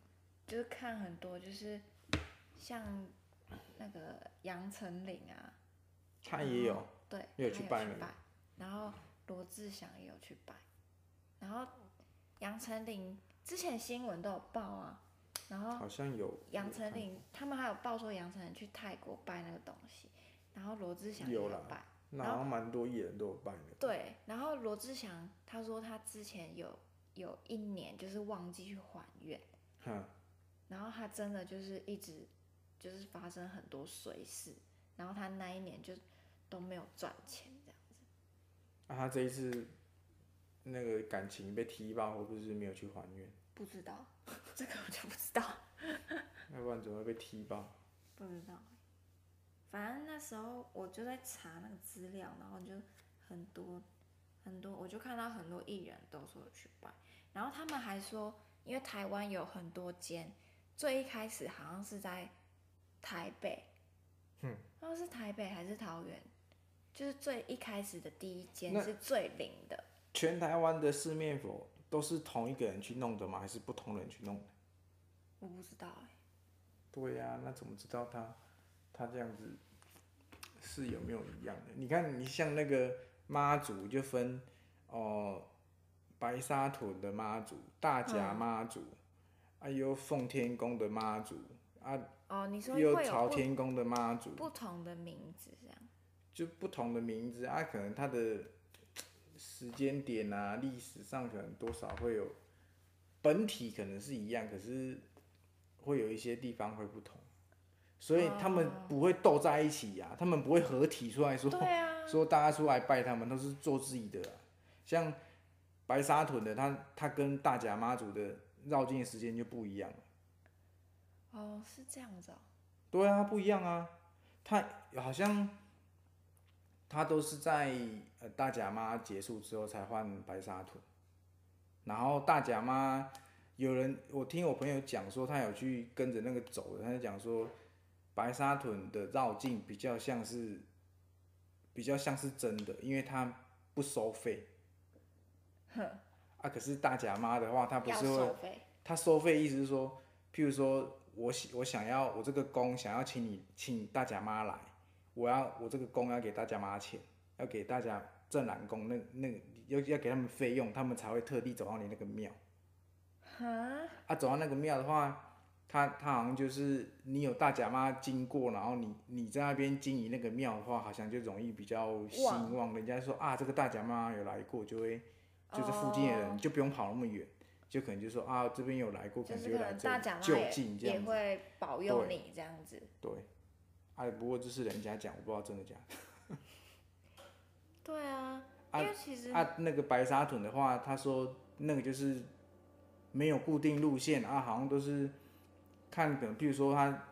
就是看很多，就是像那个杨丞琳啊，
他也有，
对，
你有
他
去
有
拜
去
那个
拜，然后罗志祥也有去拜，然后杨丞琳之前新闻都有报啊，然后
好像有。
杨丞琳他们还有报说杨丞琳去泰国拜那个东西，然后罗志祥也
有
有
啦
拜，
那好像蛮多艺人都有拜的。
对，然后罗志祥他说他之前有有一年就是忘记去还愿，
哈，啊
然后他真的就是一直就是发生很多衰事，然后他那一年就都没有赚钱这样。
那、他这一次那个感情被踢爆，会不会是没有去还愿？
不知道， 这个我就不知道，
要不然怎么会被踢爆？
不知道。反正那时候我就在查那个资料，然后就很多很多，我就看到很多艺人都说去拜，然后他们还说，因为台湾有很多间，最一开始好像是在台北，
嗯，
不知道是台北还是桃园，就是最一开始的第一间
那
是最灵的，
全台湾的四面佛都是同一个人去弄的吗？还是不同人去弄的？
我不知道哎、
对呀、那怎么知道他他这样子是有没有一样的？你看，你像那个妈祖就分哦、白沙屯的妈祖、大
嗯
甲妈祖，啊有奉天宫的妈祖，啊
哦，你说
也有
会
朝
有不
天宫的妈祖，
不同的名字这 样，
就不同的名字啊，可能它的时间点啊，历史上可能多少会有，本体可能是一样，可是会有一些地方会不同，所以他们
哦
不会斗在一起啊呀、他们不会合体出来说
对啊，
说大家出来拜他们，都是做自己的啊、像白沙屯的，他他跟大甲妈祖的绕境的时间就不一样了。
哦，是这样子哦，
对啊，不一样啊。他好像他都是在呃大甲妈结束之后才换白沙屯，然后大甲妈有人我听我朋友讲说，他有去跟着那个走的，他就讲说白沙屯的绕境比较像是比较像是真的，因为他不收费。啊，可是大甲妈的话，他不
要
是会
收费，
他收费意思是说，譬如说我喜我想要我这个工想要请你请大甲妈来，我要我这个工要给大甲妈钱，要给大家正蓝工那那个要要给他们费用，他们才会特地走到你那个庙。
哈，
啊，走到那个庙的话，他他好像就是你有大甲妈经过，然后你你在那边经营那个庙的话，好像就容易比较兴旺。人家说啊，这个大甲妈有来过，就会就是附近的人、
哦
就不用跑那么远，就可能就说啊，这边有来过，可
就
能
是
就
可
来
能
这
大
里
甲妈
就
也
近这
也
样子。
会保佑
对
你这样子，
对，啊，不过这是人家讲，我不知道真的假的。
对啊，
啊
因为其实、
啊，那个白沙屯的话，他说那个就是没有固定路线啊，好像都是看可能，譬如说他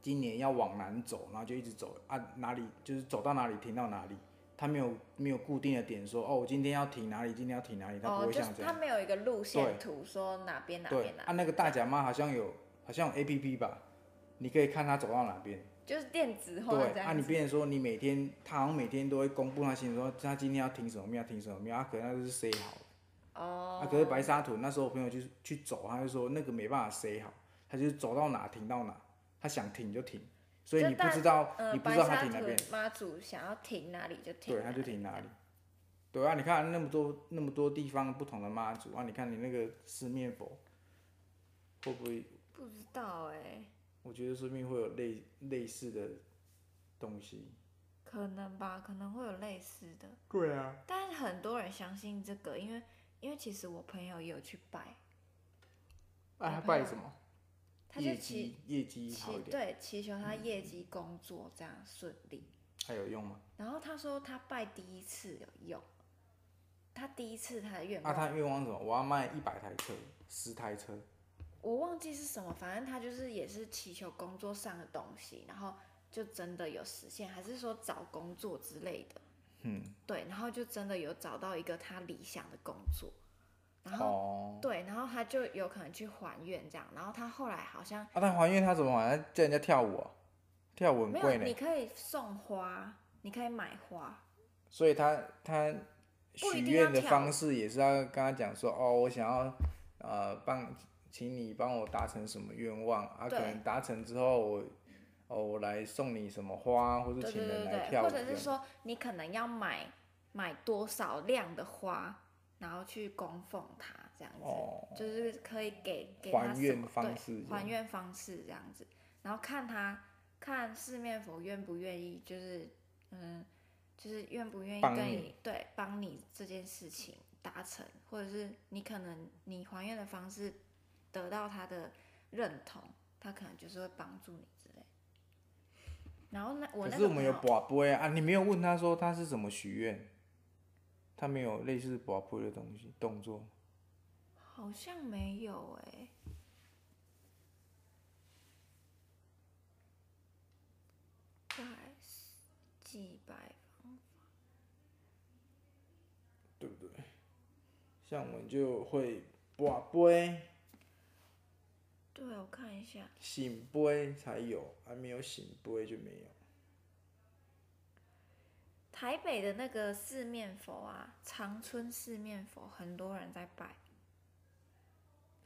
今年要往南走，然后就一直走啊，哪里就是走到哪里停到哪里，他没有没有固定的点说哦，我今天要停哪里，今天要停哪里，他不
哦，
会
就
像
是
这
他
样。
没有一个路
对
线图说哪边哪
对
边哪
啊，
边，
那个大甲妈好像有好像有 A P P 吧，你可以看他走到哪边。
就是电子化哦这
对，啊，
样
你
子，
变成说你每天，他好像每天都会公布那些说他今天要停什么庙，停什么庙，啊，可能那就是 say 好的。
哦、
啊，可是白沙屯那时候我朋友去去走，他就说那个没办法塞好，他就是走到哪停到哪，他想停就停，所以
就
你不
但
知道、
呃，
你不
白
知道他
沙
停哪
屯
边，
妈祖想要停哪里就停，
对，他就停哪里。对啊，你看那么多那么多地方不同的妈祖啊，你看你那个四面佛，会不会？
不知道哎、
我觉得说不定会有类类似的东西。
可能吧，可能会有类似的，
对啊，
但是很多人相信这个，因为因为其实我朋友也有去拜，
啊，他
我朋
拜
友
什么？
他就
业
其
绩业绩好一点，嗯
祈对祈求他业绩工作这样顺利。
还有用吗？
然后他说他拜第一次有用，他第一次他的愿
啊，
望、
他愿望是什么？我要卖一百台车，十台车。
我忘记是什么，反正他就是也是祈求工作上的东西，然后就真的有实现，还是说找工作之类的，
嗯，
对，然后就真的有找到一个他理想的工作，然后、
哦。
对，然后他就有可能去还愿这样，然后他后来好像
啊，但还愿他怎么还叫人家跳舞啊？跳舞很
没
贵
有，
呢
你，可以送花，你可以买花，
所以他他
不
许
一定要
愿的
跳
方式也是要跟他讲说，哦，我想要呃帮，请你帮我达成什么愿望啊？可
对
能达成之后我哦我来送你什么花，啊或者
对
请
对
人
对
来
对，
跳舞
或
这
者
样，
是说你可能要买买多少量的花，然后去供奉它这样子，
哦
就是可以给给
还
他什
愿
么
方
对
式这
还
样
愿方式这样子，然后看他看四面佛愿不愿意，就是嗯，就是愿不愿意
帮
跟
你
你对帮你这件事情达成，或者是你可能你还愿的方式得到他的认同，他可能就是会帮助你之类。然后那我
可
那
是
个
我们
朋
有
友
卜杯啊，你没有问他说他是怎么许愿，他没有类似卜杯的东西动作。
好像没有哎、大概是几百方
对不对？像我们就会卜杯、
对，我看一下，
醒杯才有，还没有醒杯就没有。
台北的那个四面佛啊，长春四面佛，很多人在拜。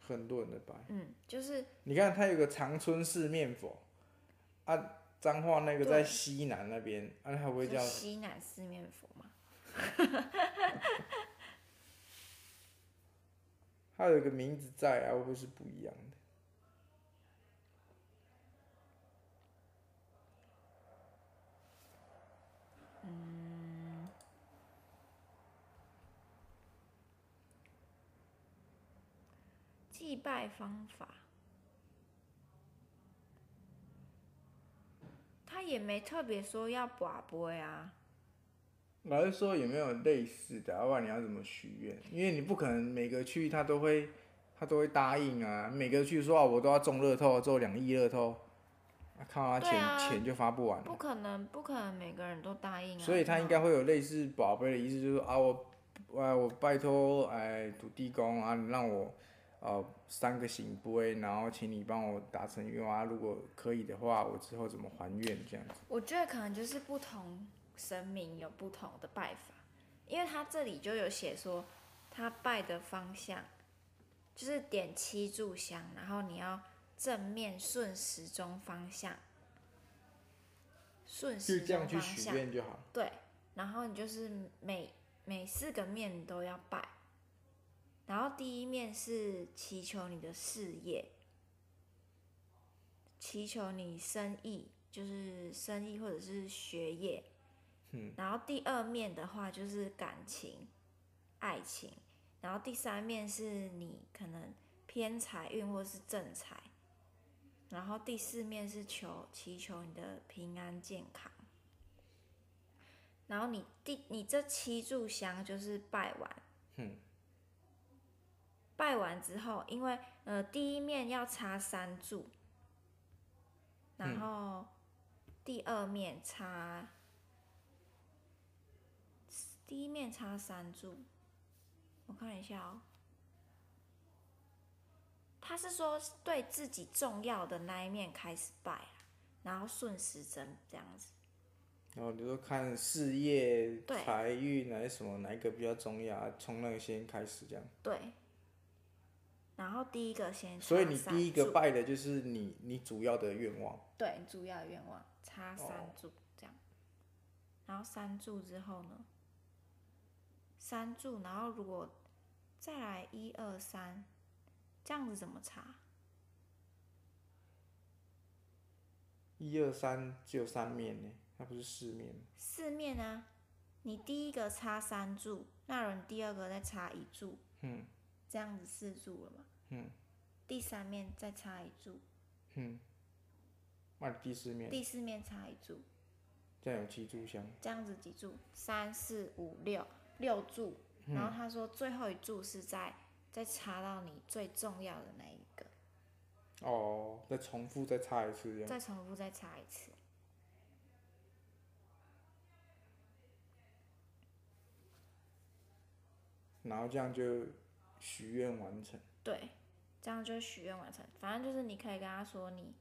很多人的拜，
嗯，就是
你看它有个长春四面佛，啊，彰化那个
对
在西南那边，啊，它不会
是
叫
西南四面佛嘛。
它有一个名字在啊，会不会是不一样的？
祭拜方法，他也没特别说要卜卜啊。
老实说，有没有类似的？啊要不然你要怎么许愿？因为你不可能每个区域他都会，他都会答应啊。每个区域说啊，我都要中乐透，中两亿乐透，啊，看到他
对
钱、
啊
钱就发不完了
不可能，不可能每个人都答应啊。
所以他应该会有类似宝贝的意思，就是啊，我，啊，我拜托，哎，土地公啊，你让我，呃，三个行杯，然后请你帮我达成愿望、啊，如果可以的话，我之后怎么还愿这样子？
我觉得可能就是不同神明有不同的拜法，因为他这里就有写说他拜的方向就是点七炷香，然后你要正面顺时钟方向，顺
就
时
这样
钟
去
方
许
向
愿就好。
对，然后你就是每每四个面都要拜，然后第一面是祈求你的事业，祈求你生意，就是生意或者是学业，
嗯，
然后第二面的话就是感情、爱情，然后第三面是你可能偏财运或是正财，然后第四面是求祈求你的平安健康。然后你第你这七炷香就是拜完，
嗯，
拜完之后，因为呃第一面要插三炷，然
嗯
后第二面插，第一面插三柱，我看一下哦。他是说对自己重要的那一面开始拜啊，然后顺时针这样子。
然后你说看事业、
对
财运啊还是什么，哪一个比较重要、啊，从那个先开始这样。
对，然后第一个先插
所以你
三
第一个
柱
拜的就是你你主要的愿望。
对你主要的愿望，插三
哦
柱这样，然后三柱之后呢，三柱，然后如果再来一二三，这样子怎么查？
一二三只有三面呢，它不是四面吗。
四面啊，你第一个插三柱，那人第二个再插一柱，
嗯
这样子四柱了嘛？
嗯
第三面再插一柱，
嗯，那你第四面
第四面插一柱，
这样有七炷香。
这样子几柱？三四五六六柱，然后他说最后一柱是在再插到你最重要的那一个，
哦，再重复再插一次这样。
再重复再插一次。
然后这样就许愿完成。
对，这样就许愿完成。反正就是你可以跟他说你，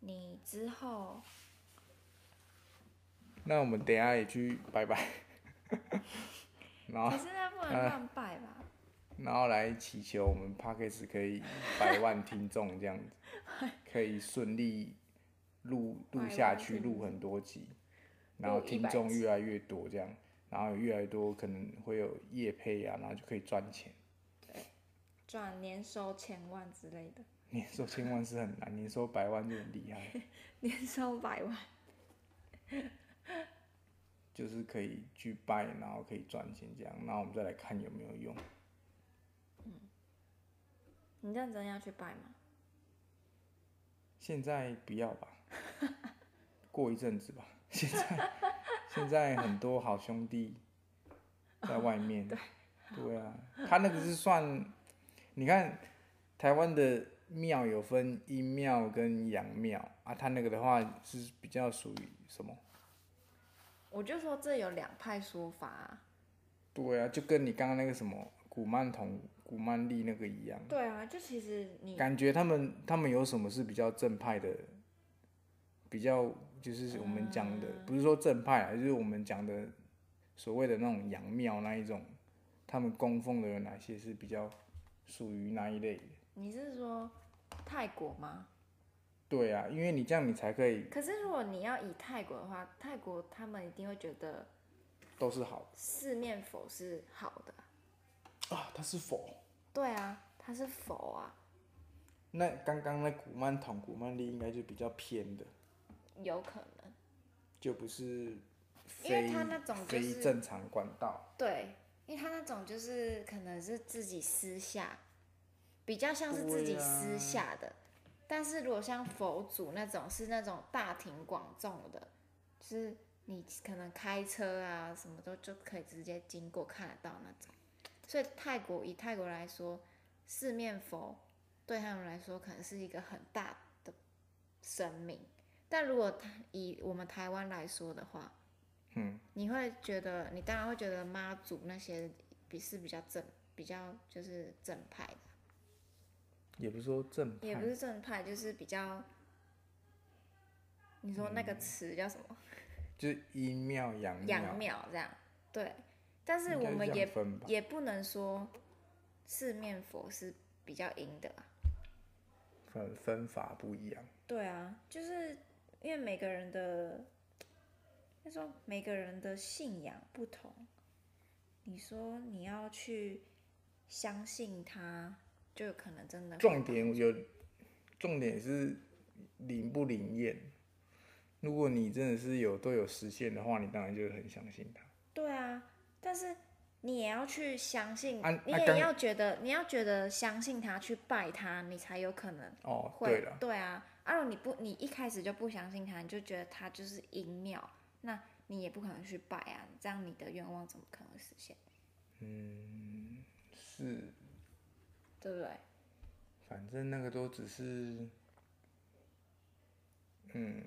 你之后
那我们等一下也去拜 拜，然
可
后
是那不能
呃
乱拜吧？
然后来祈求我们 p a c k a g e 可以百万听众这样子， 可以顺利录录下去，
百万听众
录很多集，然后听众越来越多这样，然后有越来越多可能会有业配啊，然后就可以赚钱。
赚年收千万之类的，
年收千万是很难，年收百万就很厉害。
年收百万。
就是可以去拜，然后可以赚钱这样，然后我们再来看有没有用。
你认真要去拜吗？
现在不要吧，过一阵子吧。现在现在很多好兄弟在外面，对啊，他那个是算，你看台湾的庙有分阴庙跟阳庙啊，他那个的话是比较属于什么？
我就说这有两派说法、啊。
对啊，就跟你刚刚那个什么古曼童、古曼丽那个一样，
对啊，就其实你
感觉他们他们有什么是比较正派的，比较就是我们讲的，不是说正派啊，就是我们讲的所谓的那种洋庙那一种，他们供奉的有哪些是比较属于那一类的？
你是说泰国吗？
对啊，因为你这样你才可以
可是如果你要以泰国的话，泰国他们一定会觉得
都是好
四面佛是好的啊。
啊，他是佛。
对啊，它是佛啊，
那刚刚那古曼童、古曼丽应该就比较偏的，
有可能。
就不是非
因为他那种就
非
是
正常管道。
对，因为他那种就是可能是自己私下，比较像是自己
对啊
私下的。但是如果像佛祖那种是那种大庭广众的，就是你可能开车啊什么都就可以直接经过看得到那种。所以泰国以泰国来说，四面佛对他们来说可能是一个很大的神明。但如果他以我们台湾来说的话，
嗯，
你会觉得，你当然会觉得妈祖那些比是比较正，比较就是正派的，
也不是说正派，
也不是正派，就是比较，你说那个词叫什么？
就是阴庙嗯阳庙，
阳庙这样，对。但是
应该
我们
这样
也
分吧
也不能说四面佛是比较阴的啊。
分分法不一样。
对啊，就是因为每个人的，他说每个人的信仰不同，你说你要去相信他，就有可能真的会
重点我觉得，重点是灵不灵验。如果你真的是有都有实现的话，你当然就很相信他。
对啊，但是你也要去相信，
啊
你
啊
也
刚
要觉得你要觉得相信他，去拜他，你才有可能
哦，对
会
了，
啊。啊，如果你不你一开始就不相信他，你就觉得他就是阴庙，那你也不可能去拜啊，这样你的愿望怎么可能会实现？
嗯是，
对不对？
反正那个都只是，嗯，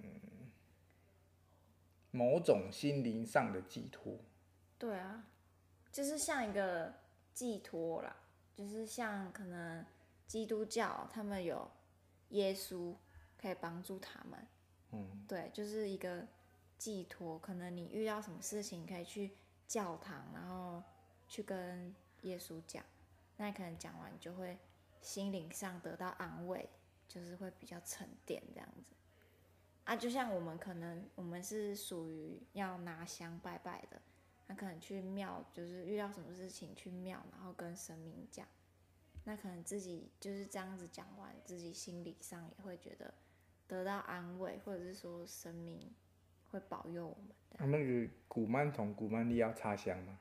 某种心灵上的寄托。
对啊，就是像一个寄托啦，就是像可能基督教他们有耶稣可以帮助他们，
嗯，
对，就是一个寄托。可能你遇到什么事情，可以去教堂，然后去跟耶稣讲，那你可能讲完你就会心灵上得到安慰，就是会比较沉淀这样子。啊，就像我们可能我们是属于要拿香拜拜的，那可能去庙，就是遇到什么事情去庙，然后跟神明讲，那可能自己就是这样子讲完，自己心理上也会觉得得到安慰，或者是说神明会保佑我们的。
啊、那个古曼童、古曼丽要插香吗？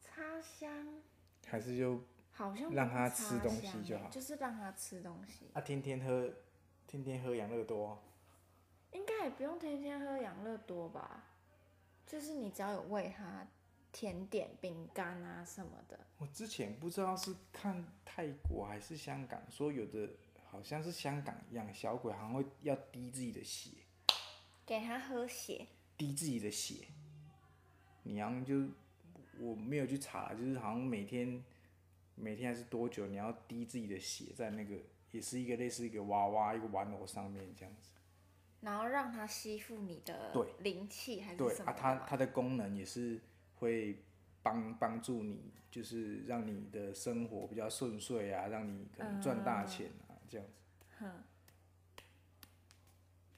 插香
还是就
好像不
让他
插
吃东西
香
就
欸
好
就是让他吃东西，
啊，天天喝，天天喝养乐多、啊
应该也不用天天喝养乐多吧，就是你只要有喂他甜点、饼干啊什么的，
我之前不知道是看泰国还是香港，说有的好像是香港养小鬼，好像会要滴自己的血，
给他喝血。
滴自己的血。你好像就我没有去查，就是好像每天每天还是多久，你要滴自己的血在那个，也是一个类似一个娃娃一个玩偶上面这样子。
然后让它吸附你的
对
灵气还是
对
什么
啊，
的
它
嘛
它的功能也是会帮帮助你，就是让你的生活比较顺遂啊，让你可能赚
嗯
大钱啊，这样子。
哼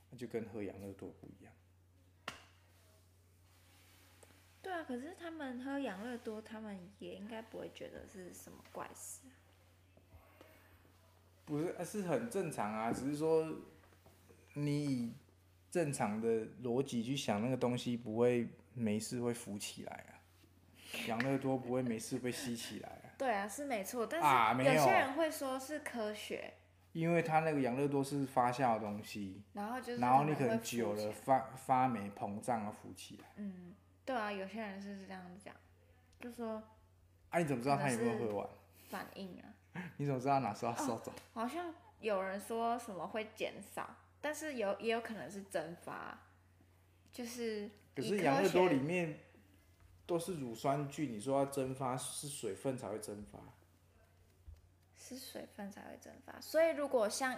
那就跟喝养乐多不一样。
对啊，可是他们喝养乐多，他们也应该不会觉得是什么怪事啊。
不是，呃是很正常啊，只是说你以正常的逻辑去想那个东西，不会没事会浮起来啊，养乐多不会没事被吸起来啊，
对啊，是没错，但
啊
是
没
有
有
些人会说是科学，
因为它那个养乐多是发酵的东西，
然后就是
然后你
们
可
会
能
浮
久
起
了
来
发发霉膨胀而浮起来。
嗯，对啊，有些人是这样子讲，就说
啊，你怎么知道它有没有
可是
喝完？
反应啊，
你怎么知道哪时
哦
候要收走？
好像有人说什么会减少，但是有也有可能是蒸发，就是
可
以
是
科
养乐多
学
里面都是乳酸菌，你说要蒸发是水分才会蒸发。
是水分才会蒸发，所以如果像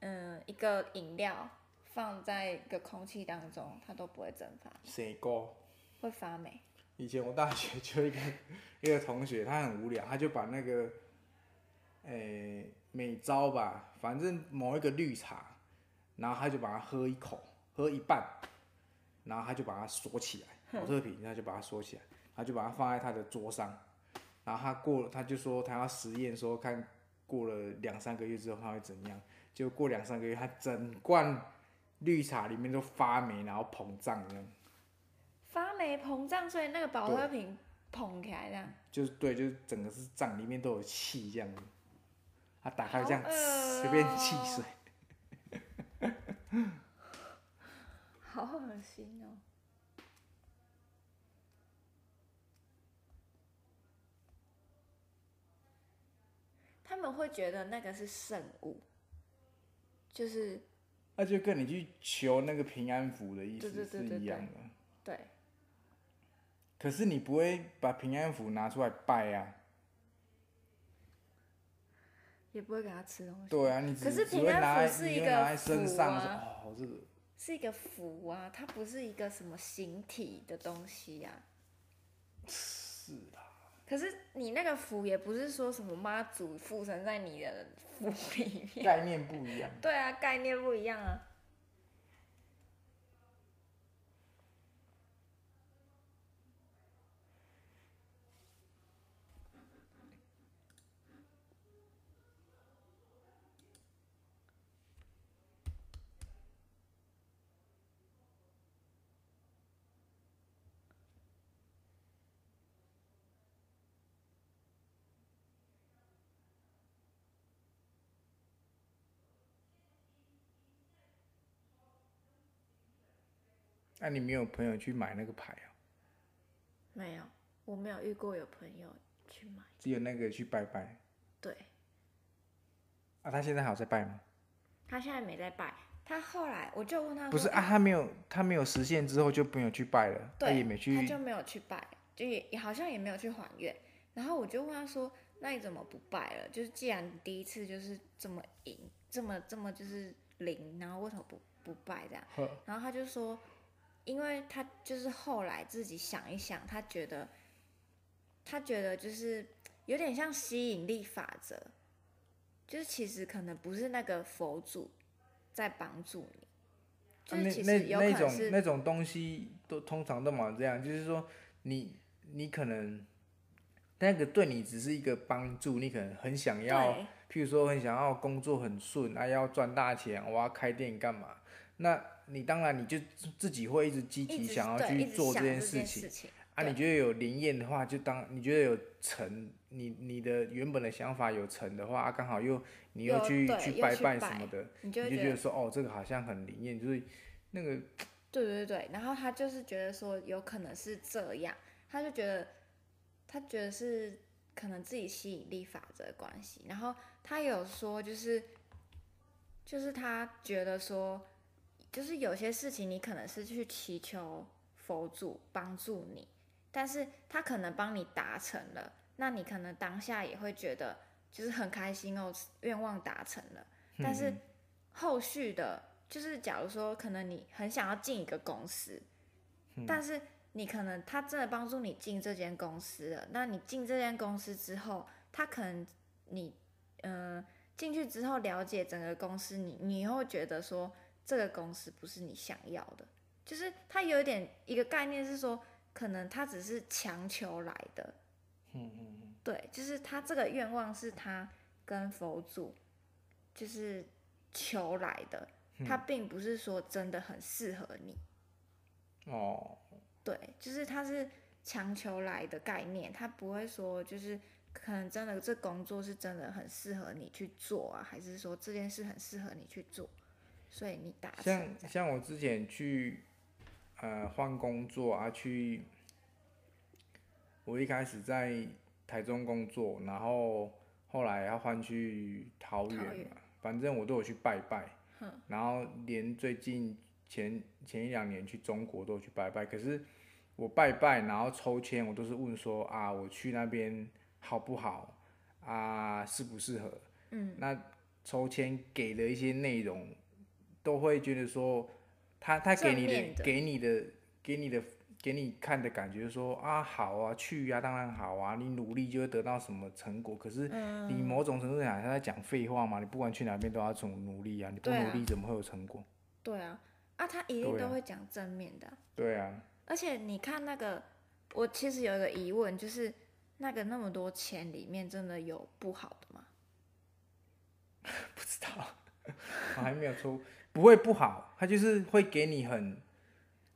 嗯一个饮料放在一个空气当中，它都不会蒸发，
谁够？
会发霉。
以前我大学 就一个一个同学，他很无聊，他就把那个，诶、美招吧，反正某一个绿茶，然后他就把它喝一口，喝一半，然后他就把它锁起来，保特瓶，他就把它锁起来，他就把它放在他的桌上，然后他过，他就说他要实验，说看过了两三个月之后他会怎样，结果过两三个月，他整罐绿茶里面都发霉，然后膨胀这样。
发霉膨胀，所以那个保
对
特瓶膨起来这样，
就是对，就是整个是胀，里面都有气这样子。他打开这样，
好恶
呲 随便汽
哦
水。
好恶心哦！他们会觉得那个是圣物，就是
那就跟你去求那个平安符的意
对
思
对
是
对对
一
对
样的。
对，
可是你不会把平安符拿出来拜啊？
也不会给他吃东西。
对啊，你只
可是
只
平
会
安
拿
符
来
是
你
一
会
个
拿在身
符
上
啊
说哦，这个
是一个符啊，它不是一个什么形体的东西呀、
是啦，
可是你那个符也不是说什么妈祖附身在你的符里面，
概念不一样。
对啊，概念不一样啊。
那、你没有朋友去买那个牌啊？
没有，我没有遇过有朋友去买。
只有那个去拜拜
对
啊？他现在还有在拜吗？
他现在没在拜，他后来我就问他说，
不是啊，
欸
他没有，他没有实现之后就没有去拜了，他
对，
也没去
他就没有去拜，就也也好像也没有去还愿。然后我就问他说：“那你怎么不拜了？就是既然你第一次就是这么赢，这么这么就是零，然后为什么不不拜这样
呵？”
然后他就说：“因为他就是后来自己想一想，他觉得他觉得就是有点像吸引力法则，就是其实可能不是那个佛祖在帮助你。”
啊
就是其
那
实有
那那
可能
种
是
那种东西都通常都嘛这样，就是说你你可能那个对你只是一个帮助，你可能很想要，
对
譬如说很想要工作很顺啊，要赚大钱，我要开店干嘛？那你当然你就自己会一直积极
一直
想要
对一
去
直
做这
想
件
这
事
件
情
事情
啊。
对
你觉得有灵验的话，就当你觉得有成，你你的原本的想法有成的话，啊刚、好又你又
又
去
对
去
又
拜
去
拜
拜
什么的，
你就
你
会
就
觉
觉得
得
说哦，这个好像很灵验，就是那个
对对对，然后他就是觉得说有可能是这样，他就觉得他觉得是可能自己吸引力法则的关系，然后他有说就是就是他觉得说就是有些事情你可能是去祈求佛祖帮助你，但是他可能帮你达成了，那你可能当下也会觉得就是很开心哦，愿望达成了，但是后续的，就是假如说可能你很想要进一个公司，但是你可能他真的帮助你进这间公司了，那你进这间公司之后，他可能你嗯进、去之后了解整个公司，你你又会觉得说这个公司不是你想要的，就是他有一点一个概念是说，可能他只是强求来的，
嗯嗯嗯，
对，就是他这个愿望是他跟佛祖就是求来的，
嗯
他并不是说真的很适合你。
哦，
对，就是他是强求来的概念，他不会说就是可能真的这工作是真的很适合你去做啊，还是说这件事很适合你去做，所以你达成这
像
样。
像我之前去呃换工作啊，去我一开始在台中工作，然后后来要换去桃园
桃园
嘛，反正我都有去拜拜
哼，
然后连最近前前一两年去中国都有去拜拜，可是我拜拜然后抽签，我都是问说啊，我去那边好不好啊，适不适合？
嗯，
那抽签给的一些内容，都会觉得说，他他给你
正面的
给你的给你的给你看的感觉就是说啊好啊去啊当然好啊，你努力就会得到什么成果。可是你
嗯
某种程度上他在讲废话嘛，你不管去哪边都要从努力啊，你不
对
努
啊
力怎么会有成果？
对啊，啊，他一定
对啊
都会讲正面的啊、
对啊，
而且你看那个，我其实有一个疑问，就是那个那么多钱里面真的有不好的吗？
不知道，啊 我还没有抽，不会不好，他就是会给你很。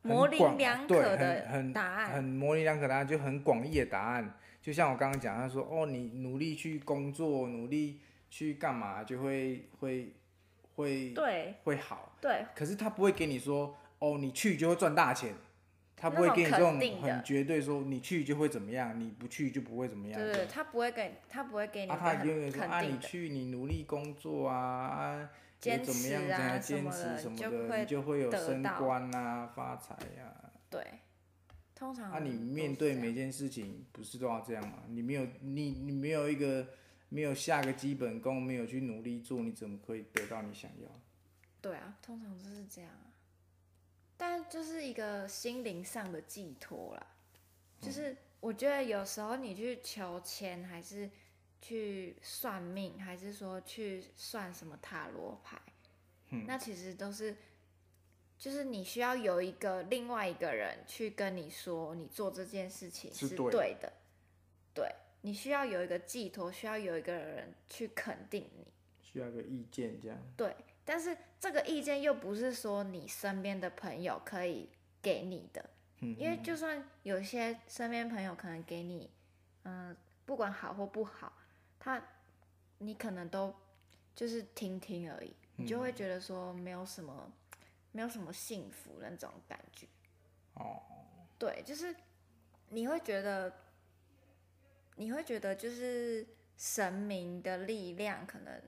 很
模棱
广啊
两
对
可
很
的
很
答案，
很模棱两可答案，就很广义的答案。就像我刚刚讲，他说哦，你努力去工作，努力去干嘛，就会会会
对
会好。
对
可是他不会给你说哦，你去就会赚大钱，他不
那
会给你这
种肯
种
定的
很绝对说你去就会怎么样，你不去就不会怎么样。
对对，他不会给他不会给你
啊，
一个
他
很
永远说啊，
肯
你
定的，
去你努力工作啊，啊
坚
你怎么样
持
怎
啊
样
什
坚
么
持
的
什么
就
的，
会
你就会有
得
升
到
官啊、发财呀、啊。
对，通常
啊，你
都是
面
这
对
样
每件事情不是都要这样吗？你没有你你没有一个没有下个基本功，没有去努力做，你怎么可以得到你想要？
对啊，通常都是这样啊。但就是一个心灵上的寄托啦，就是我觉得有时候你去求签，还是去算命，还是说去算什么塔罗牌，那其实都是，就是你需要有一个另外一个人去跟你说，你做这件事情
是
是
对的
对的，对，你需要有一个寄托，需要有一个人去肯定你。
需要一个意见这样。
对，但是这个意见又不是说你身边的朋友可以给你的，
嗯
因为就算有些身边朋友可能给你，嗯、不管好或不好，他你可能都就是听听而已，你就会
嗯
觉得说没有什么，没有什么幸福那种感觉。
哦，
对，就是你会觉得，你会觉得就是神明的力量可能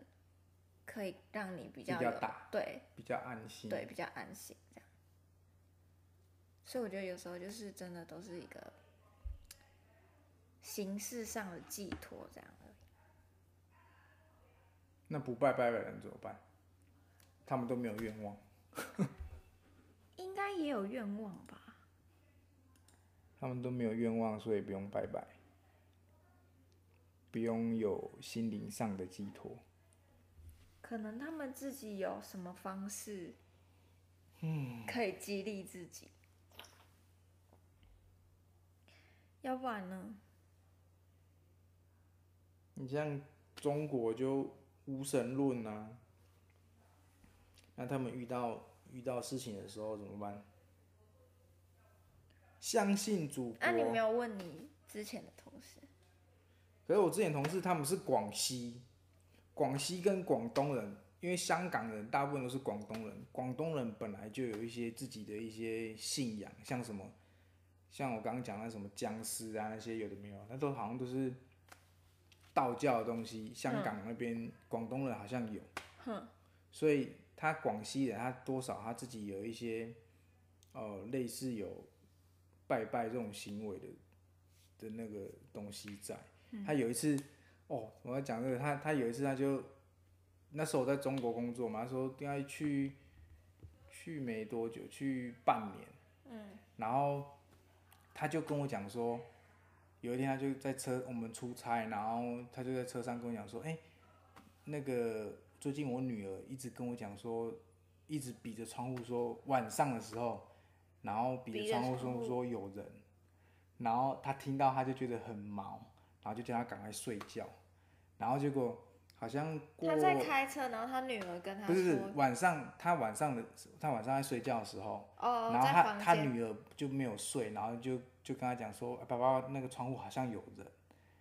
可以让你比较
比较
有
大
对
比较安心。
对，比较安心这样。所以我觉得有时候就是真的都是一个形式上的寄托这样而已。
那不拜拜的人怎么办？他们都没有愿望，
应该也有愿望吧？
他们都没有愿望，所以不用拜拜，不用有心灵上的寄托。
可能他们自己有什么方式，嗯，可以激励自己，要不然呢？
你像中国就无神论啊，那他们遇到遇到事情的时候怎么办？相信祖国。
啊，你没有问你之前的同事，
可是我之前同事他们是广西，广西跟广东人，因为香港人大部分都是广东人，广东人本来就有一些自己的一些信仰，像什么，像我刚刚讲的什么僵尸啊那些有的没有，那都好像都是道教的东西。香港那边广东人好像有，
哼，
所以他广西人他多少他自己有一些，呃，类似有拜拜这种行为的的那个东西在。他有一次，哦，我要讲这个，他他有一次他就那时候我在中国工作嘛，他说应该去去没多久，去半年，嗯，然后他就跟我讲说，有一天他就在车我们出差，然后他就在车上跟我讲说，哎、那个最近我女儿一直跟我讲说，一直比着窗户说晚上的时候，然后比着
比着
窗户
窗
说
户
说有人，然后他听到他就觉得很毛，然后就叫他赶快睡觉，然后结果好像过
他在开车，然后他女儿跟他
不是不是
说，
晚上，他晚上的他晚上在睡觉的时候，
哦，
然后
在
他
房
他
间，
女儿就没有睡，然后就就跟他讲说，啊爸爸那个窗户好像有人，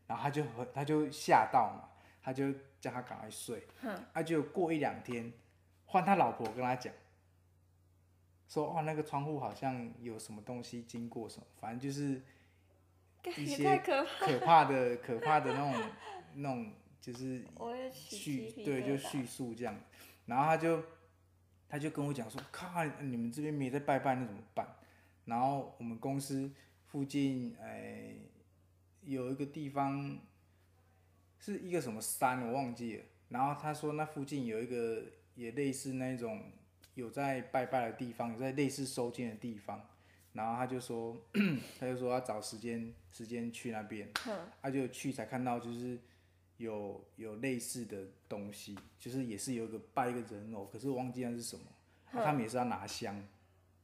然后他就很他就吓到嘛，他就叫他赶快睡，
哼，
啊，就过一两天，换他老婆跟他讲，说哦，那个窗户好像有什么东西经过什么，反正就是
干
一
也
些
太可怕，
可怕的可怕的那种那种 就是
我也起鸡
叙
皮
对，就
疙瘩
叙述这样，然后他就他就跟我讲说，靠，你们这边没在拜拜，那怎么办？然后我们公司附近哎、有一个地方是一个什么山，我忘记了。然后他说那附近有一个也类似那种有在拜拜的地方，有在类似收金的地方。然后他就说， 他就说要找时间时间去那边。
哼，
他啊就去才看到，就是有有类似的东西，就是也是有一个拜一个人偶，可是我忘记那是什么。啊他们也是要拿香，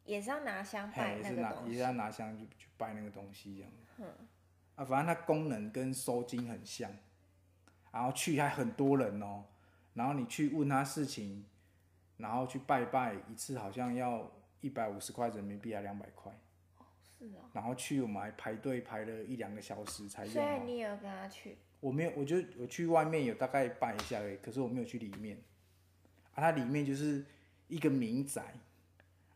也是要拿香拜
嘿，也
那
是
个
拿
东
也是
西，
要拿香去去拜那个东西这样。啊，反正它功能跟收金很像，然后去还很多人哦，然后你去问他事情，然后去拜拜一次好像要一百五十块人民币还两百块，
是哦，
然后去我们还排队排了一两个小时才用
所以
哦。
你也有跟他去，
我没有，我就我去外面有大概拜一下而已，可是我没有去里面。啊，它里面就是一个民宅，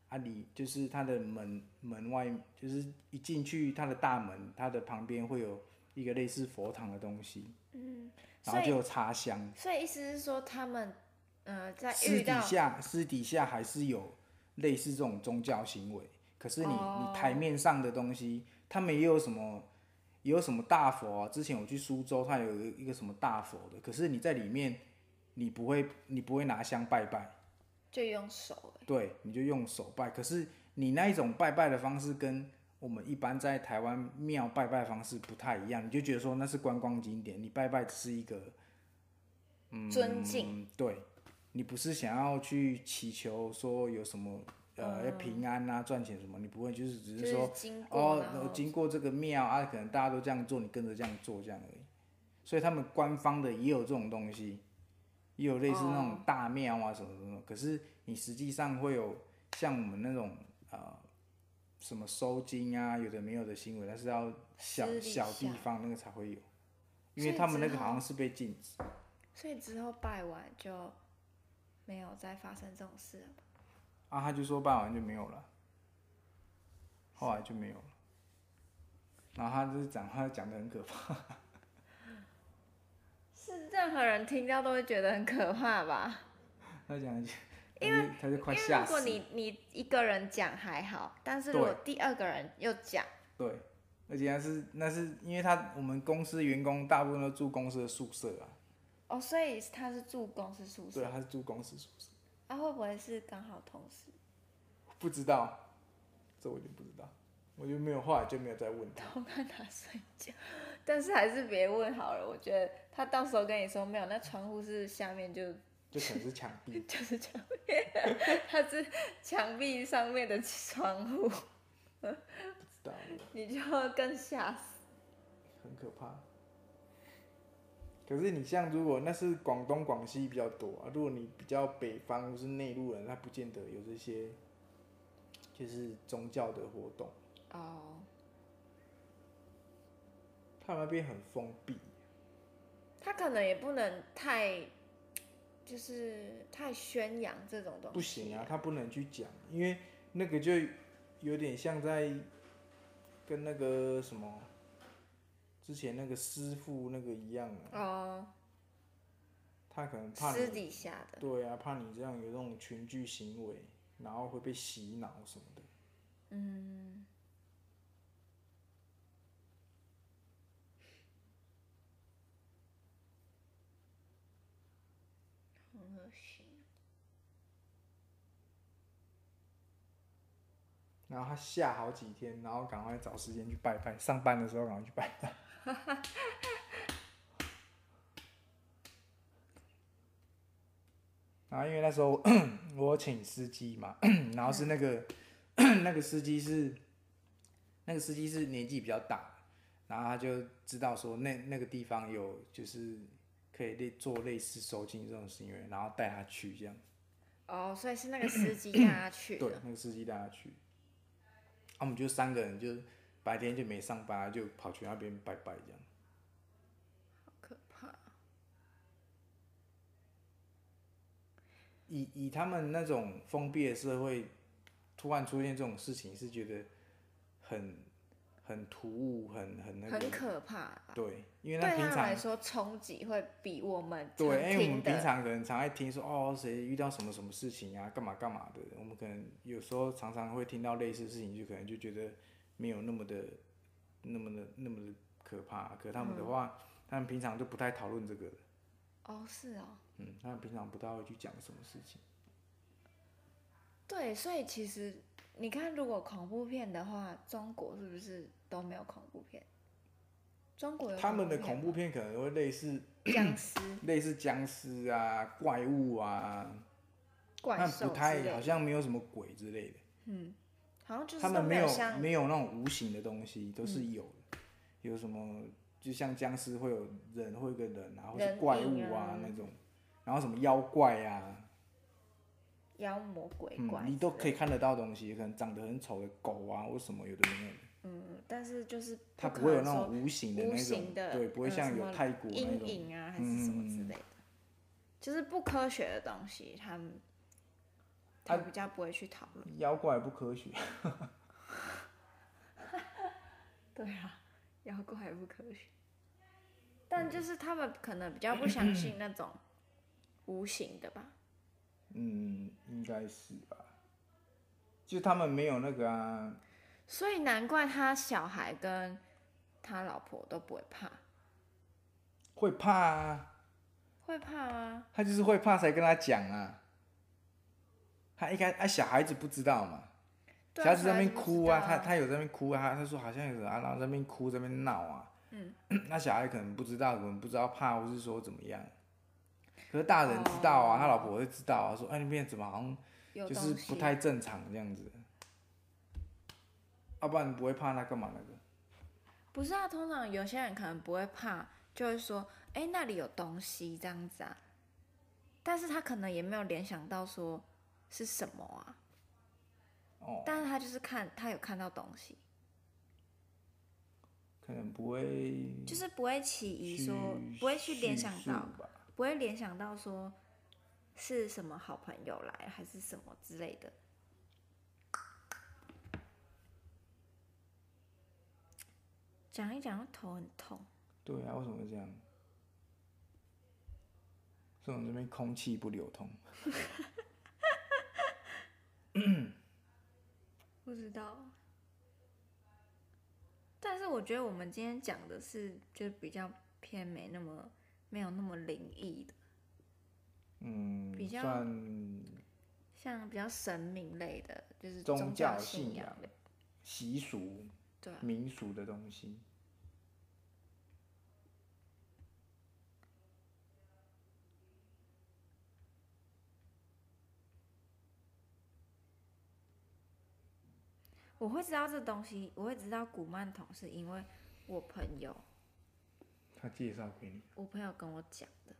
啊里就是它的门门外，就是一进去它的大门，它的旁边会有一个类似佛堂的东西，
嗯，
然
所
后就
以
有插香。
所以意思是说他们，呃，在
私
遇
底
到
下私底下还是有类似这种宗教行为，可是你、
哦
你台面上的东西，他们也有什么也有什么大佛啊？之前我去苏州，它有一个什么大佛的，可是你在里面，你不会你不会拿香拜拜，
就用手欸，
对，你就用手拜。可是你那一种拜拜的方式跟我们一般在台湾庙拜拜的方式不太一样，你就觉得说那是观光景点，你拜拜只是一个
尊敬，
嗯，对，你不是想要去祈求说有什么呃要平安啊、赚钱什么，你不会，就是只
嗯就是
说
是经过，
哦，
然
我
后
经过这个庙啊，可能大家都这样做，你跟着这样做这样而已。所以他们官方的也有这种东西，也有类似那种
哦
大庙啊什么什么，可是你实际上会有像我们那种呃什么收金啊，有的没有的行为，但是要小
私底
小地
下
方那个才会有，因
所
为
以
他们
之
那个好
后
像是被禁止。
所以之后拜完就没有再发生这种事了吧。
啊，他就说办完就没有了，后来就没有了。然后他就是讲话讲的很可怕，
是任何人听到都会觉得很可怕吧？
他讲一句，因为他就快
因为
吓
如果
死
你
了，
你一个人讲还好，但是如果
对
第二个人又讲，
对，而且他是那是因为他我们公司员工大部分都住公司的宿舍啊，
哦，所以他是住公司宿
对，啊
舍，
他是住公司宿舍，
啊，会不会是刚好同事？
不知道，这我就不知道，我就没有后来就没有再问他，
偷看他睡觉， 但是还是别问好了。我觉得他到时候跟你说没有，那窗户是下面就
就可能是墙壁，
就是墙壁， 他是墙壁上面的窗户，
不知道了
你就会更吓死。
很可怕。可是你像如果那是广东广西比较多啊，如果你比较北方或是内陆人，他不见得有这些就是宗教的活动，
哦，
他们那边很封闭，
他可能也不能太，就是太宣扬这种东西。
不行啊，，他不能去讲，因为那个就有点像在跟那个什么之前那个师傅那个一样啊，
哦，
他可能怕
私
你
底下的，
对啊，怕你这样有这种群聚行为，然后会被洗脑什么的。
嗯，很
嗯
恶心。
然后他下好几天，然后赶快找时间去拜拜，上班的时候赶快去拜拜。然后因为那时候 我请司机嘛， 然后是那个 那个司机是那个司机是年纪比较大，然后他就知道说那那个地方有就是可以类做类似收金这种行为，然后带他去这样。
哦，所以是那个司机带他去
对
的，，
那个司机带他去。啊，我们就三个人就白天就没上班，就跑去那边拜拜这样。
好可怕。
以以他们那种封闭的社会，突然出现这种事情，是觉得很很突兀，很很那个，
很可怕啦。
对，因为
对
那
他
平
们来
常
说，冲击会比我们常
对，哎因为我
听
们平
的
常可能常爱听说哦谁遇到什么什么事情啊，干嘛干嘛的，我们可能有时候常常会听到类似的事情，就可能就觉得没有那么的那么的那么的可怕。可他们的
嗯
话，他们平常就不太讨论这个的，
哦，是哦，
嗯，他们平常不太会去讲什么事情。
对，所以其实你看，如果恐怖片的话，中国是不是都没有恐怖片？中国有
嗯他们的恐
怖
怖片可能会类似
片吗 僵尸、
类似僵尸啊、怪物啊，
怪
但
兽
不
之
太
类
好
的，
像没有什么鬼之类的。
好像就是
他
都
们
没
有
像嗯
没有那种无形的东西，都是有的。有什么就像僵尸会有人会有个人啊，或是
人
怪物
影
啊
啊
那种，然后什么妖怪啊，
妖魔鬼
嗯
怪、，
你都可以。看得到东西，可能长得很丑的狗啊，或什么有的没有的，
嗯，但是就是
它
不
不
可
会有
能
那
说
种无形的
无
那种
形，的
对，不会
呃
像
什
有
么
泰国那
阴
种，
影啊，还是什么之
嗯
类的，就是不科学的东西，他们他
啊
比较不会去讨论。
妖怪不科学。
对啊，妖怪不科学，但就是他们可能比较不相信那种无形的吧。
嗯，应该是吧。就他们没有那个啊，
所以难怪他小孩跟他老婆都不会怕，
会怕啊，
会怕吗？
他就是会怕才跟他讲啊。他一开啊，小孩子不知道嘛，
对
小
啊
孩子在那边
小孩子
哭
不知道
啊，
啊
他他有在那边哭啊，他他说好像有人啊，然后在那边哭，在那边闹啊。嗯， 那小孩可能不知道，可能不知道怕，或是说怎么样。可是大人知道啊，
哦
他老婆会知道啊，说哎，你变怎么好像
有
就是
东西啊
不太正常这样子，要、不然你不会怕他干嘛那个？
不是啊，通常有些人可能不会怕，就会说，哎、那里有东西这样子啊，但是他可能也没有联想到说是什么啊，
哦，
但是他就是看他有看到东西，
可能不会
就是不会起疑
去
说，不会去联
叙
想
述
到，
吧。
不会联想到说是什么好朋友来还是什么之类的。讲一讲，头很痛。
对啊，为什么会这样？是我们这边空气不流通。
不知道。啊但是我觉得我们今天讲的是，就比较偏没那么没有那么灵异的，
嗯，
比较
算
像比较神明类的，就是
宗
教
教信
仰
仰
类。
习俗、
对啊、
民俗的东西。
我会知道这东西，我会知道古曼童是因为我朋友，
他介绍给你，
我朋友跟我讲的，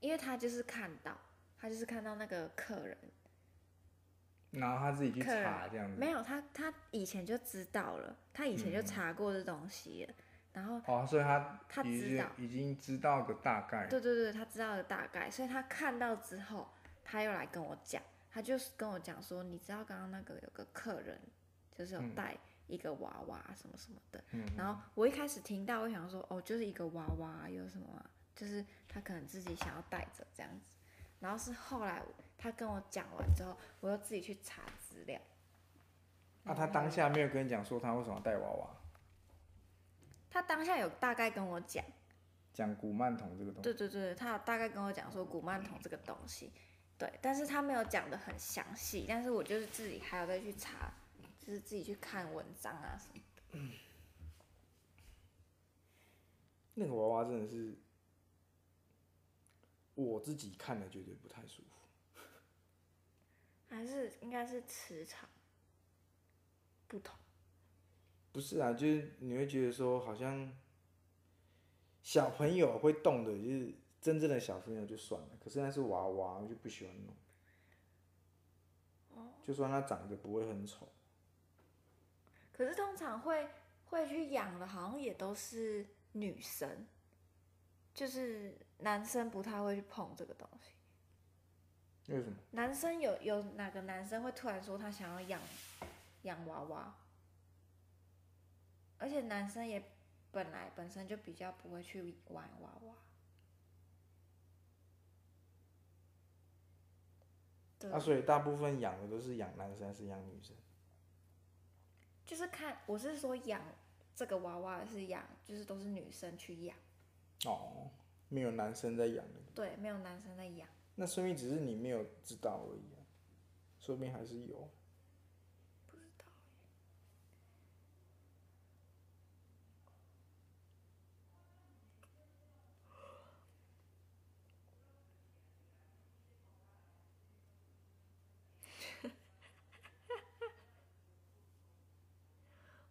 因为他就是看到，他就是看到那个客人
然后他自己去
客人
查这样子。
没有他，他以前就知道了，他以前就
嗯
查过这东西了，然后
哦，所以他
他
已
知
经
道
已经知道个大概。
对对对，他知道了大概，所以他看到之后，他又来跟我讲，他就是跟我讲说，你知道刚刚那个有个客人，就是有
嗯
带一个娃娃什么什么的，
嗯，
然后我一开始听到，我想说，哦，就是一个娃娃，有什么啊、就是他可能自己想要带着这样子，然后是后来他跟我讲完之后，我又自己去查资料，
那、啊他当下没有跟你讲说他为什么要带娃娃，
他当下有大概跟我讲。
讲古曼童这个东西。
对对对，他有大概跟我讲说古曼童这个东西，对，但是他没有讲的很详细，但是我就是自己还要再去查，就是自己去看文章啊什么。
那个娃娃真的是我自己看了觉得不太舒服，
还是应该是磁场不同，
不是啊，就是你会觉得说好像小朋友会动的，就是真正的小朋友就算了，可是那是娃娃，我就不喜欢弄。就算它长得不会很丑，
可是通常会会去养的，好像也都是女生，就是男生不太会去碰这个东西。
为什么？
男生有有哪个男生会突然说他想要养养娃娃？而且男生也本来本身就比较不会去玩娃娃。对
那、，啊所以大部分养的都是养男生还是养女生？
就是看我是说养这个娃娃是养，就是都是女生去养，
哦，没有男生在养的，
对，没有男生在养。
那说明只是你没有知道而已啊，说明还是有。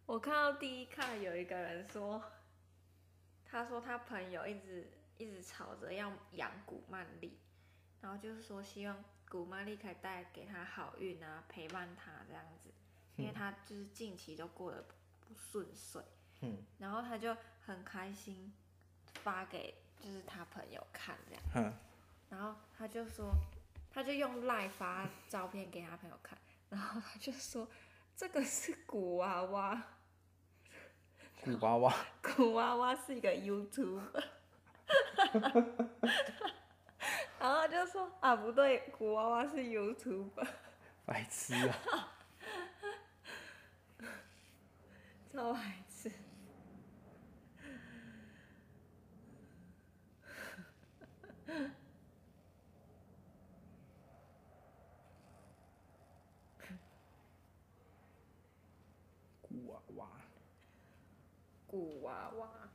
我看到第一看有一个人说，他说他朋友一直一直吵着要养古曼丽，然后就是说希望古曼丽可以带给他好运啊，陪伴他这样子，因为他就是近期都过得不顺遂，
嗯
然后他就很开心发给就是他朋友看这样，
哼，
然后他就说，他就用赖发照片给他朋友看，然后他就说这个是古娃娃。
古娃娃，
古娃娃是一个 YouTube，然后就说啊不对，古娃娃是 YouTube，
白痴啊！
超白痴。
古娃娃，
古娃娃，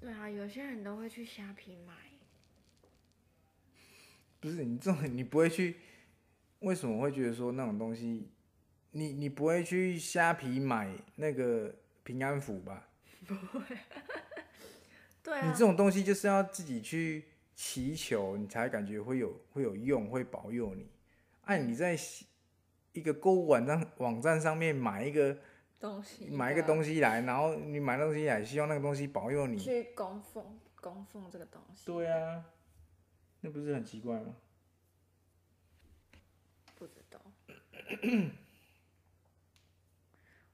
对啊，有些人都会去虾皮买。
不是你这种，你不会去，为什么会觉得说那种东西，你你不会去虾皮买那个平安符吧？
对
你
啊
这，种东西就是要自己去祈求，你才感觉会有会有用，会保佑你。哎、你在一个购物网站网站上面买一个
东西
买一个
的啊
东西来，然后你买东西来，希望那个东西保佑你。
去供奉供奉这个东西，
嗯对啊，那不是很奇怪吗？
不知道。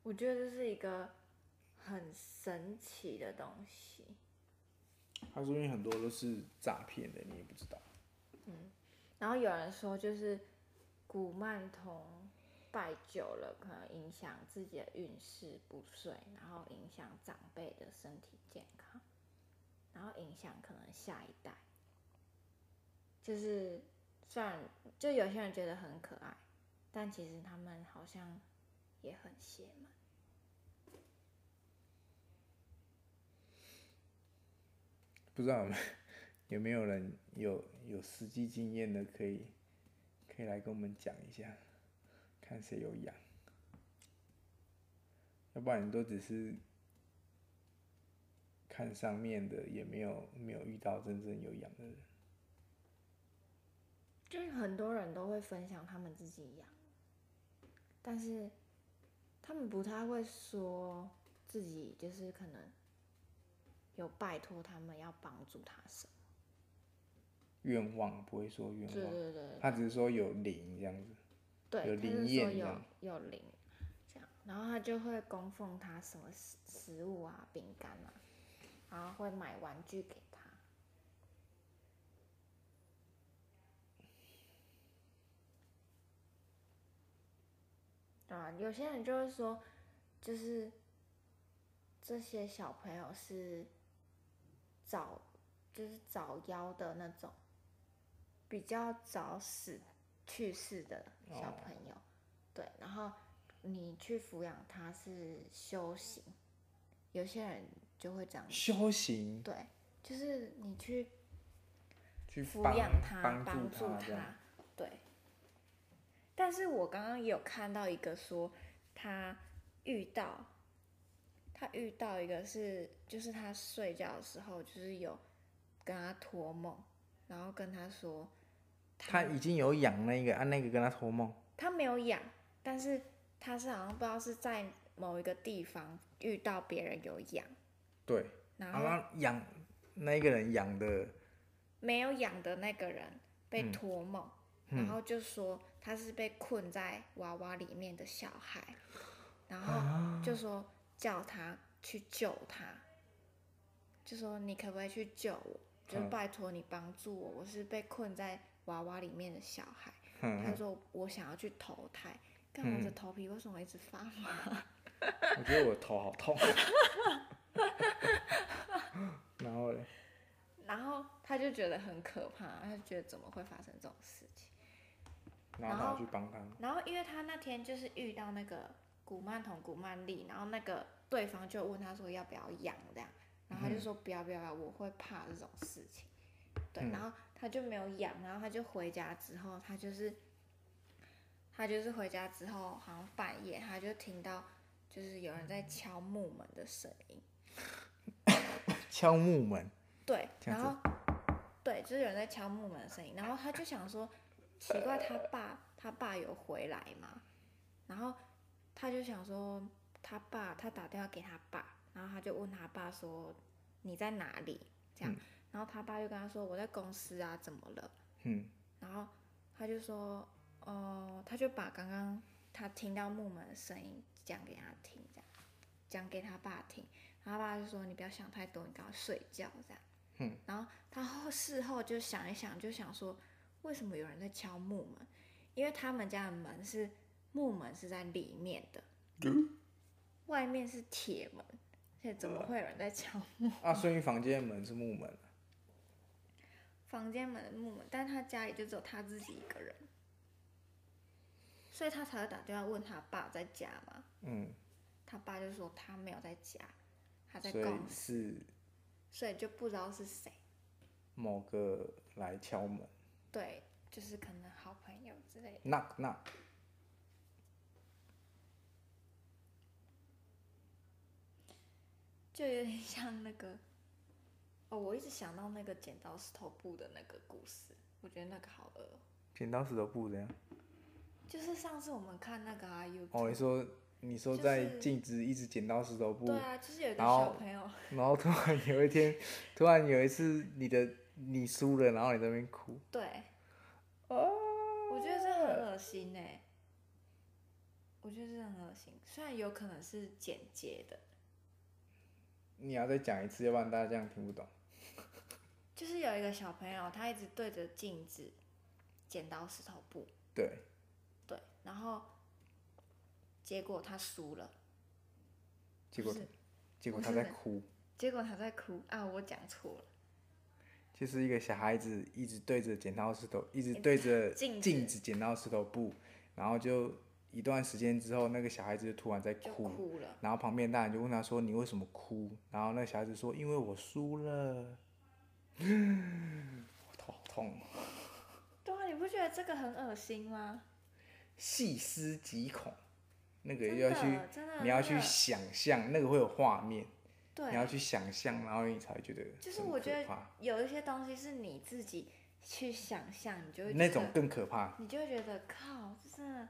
我觉得这是一个很神奇的东西。
他说明很多都是诈骗的，你也不知道。
然后有人说，就是古曼童拜久了，可能影响自己的运势不顺，然后影响长辈的身体健康，然后影响可能下一代。就是虽然就有些人觉得很可爱，但其实他们好像也很邪门。
不知道有没有 有没有人有有实际经验的，可以可以来跟我们讲一下，看谁有养。要不然你都只是看上面的，也没有没有遇到真正有养的人。
就是很多人都会分享他们自己养，但是他们不太会说自己就是可能有拜托他们要帮助他什么。
愿望不会说愿
对
望，
对对
他只是说有灵这样子。有
对，他
灵
是说
验这
有
样
有灵这样，然后他就会供奉他什么食食物啊、饼干啊，然后会买玩具给他。啊，有些人就会说，就是这些小朋友是早，就是早夭的那种，比较早死去世的小
哦
朋友，对，然后你去抚养他是修行，有些人就会这样，
修行
对，就是你去
去
抚
帮
养他，帮
帮
助
这样。
对。但是我刚刚有看到一个说，他遇到他遇到一个是，就是他睡觉的时候，就是有跟他托梦，然后跟他说
他已经有养那个，啊，那个跟他托梦，
他没有养，但是他是好像不知道是在某一个地方遇到别人有养，
对，
然
啊，
后
那养那个人养的，
没有养的那个人被托梦，然后就说他是被困在娃娃里面的小孩，然后就说叫他去救他，就说你可不可以去救我？就是
嗯
拜托你帮助我，我是被困在娃娃里面的小孩。
嗯哼
他就说我想要去投胎，干我的头皮为什么一直发麻？
我觉得我头好痛。 然后嘞，
然后他就觉得很可怕，他就觉得怎么会发生这种事情？
然后
然
他
后
去帮他，
然后因为他那天就是遇到那个古曼童、古曼丽，然后那个对方就问他说要不要养这样，然后他就说不要不要，不要我会怕这种事情。对，
嗯
然后他就没有养，然后他就回家之后，他就是他就是回家之后，好像半夜他就听到就是有人在敲木门的声音，
敲木门，
对，
这样
然
子
后对，就是有人在敲木门的声音，然后他就想说，奇怪，他爸他爸有回来吗？然后他就想说，他爸他打电话给他爸，然后他就问他爸说你在哪里？这样，
嗯
然后他爸就跟他说我在公司啊，怎么了？
嗯
然后他就说，哦、他就把刚刚他听到木门的声音讲给他听，这样讲给他爸听，然后他爸就说你不要想太多，你赶快睡觉这样。
嗯，
然后他后事后就想一想，就想说为什么有人在敲木门？因为他们家的门是木门是在里面的，外面是铁门，而且怎么会有人在敲
啊，所以房间的门是木门，啊
房间门的木门，但他家里就只有他自己一个人，所以他才会打电话问他爸在家嘛。
嗯，
他爸就说他没有在家，他在
所以
公司，
是
所以就不知道是谁。
某个来敲门
对，就是可能好朋友之类的。
，knock knock，
就有点 像那个，哦，我一直想到那个剪刀石头布的那个故事，我觉得那个好恶哦。
剪刀石头布怎样？
就是上次我们看那个啊 YouTube，、
哦，你说你说
就是
在禁止一直剪刀石头布，
对啊，就是有一个
然后
小朋友，
然后突然有一天， 突然有一次你的你输了，然后你在那边哭，
对，
哦
我觉得这很恶心呢、我觉得这很恶心，虽然有可能是剪接的，
你要再讲一次，要不然大家这样听不懂。
就是有一个小朋友，他一直对着镜子剪刀石头布，
对，
对，然后结果他输了，
结果
不是
结果
不
他
是
在
的
哭，
结果他在哭啊，我讲错了。
就是一个小孩子一直对着剪刀石头，一直对着
镜子
镜子剪刀石头布，然后就一段时间之后，那个小孩子就突然在
就
哭，
哭了。
然后旁边大人就问他说：“你为什么哭？”然后那个小孩子说：“因为我输了。”我头好痛，
对啊，你不觉得这个很恶心吗？
细思极恐，那个
真
要去
的，真的，
你要
那
去
个
想象，那个会有画面，你要
对，
去想象，然后你才会觉得
就是
很
我
可
觉得
怕
有一些东西是你自己去想象，你就会
那
觉
种
得
更可怕，
你就会觉得靠，这真的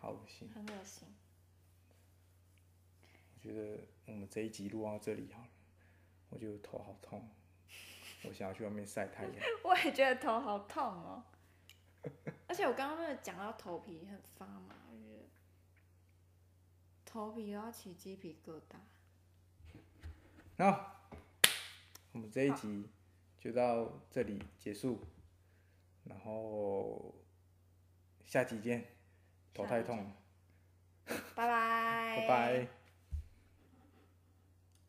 好恶心。
很恶心。
我觉得我们这一集录到这里好了，我觉得头好痛， 我想要去外面晒太阳。
我也觉得头好痛哦， 而且我刚刚那个讲到头皮很发麻，我觉得头皮都要起鸡皮疙瘩。
然后我们这一集就到这里结束，然后下集见，头
下
太
集
痛
见
了，
拜拜，
拜拜。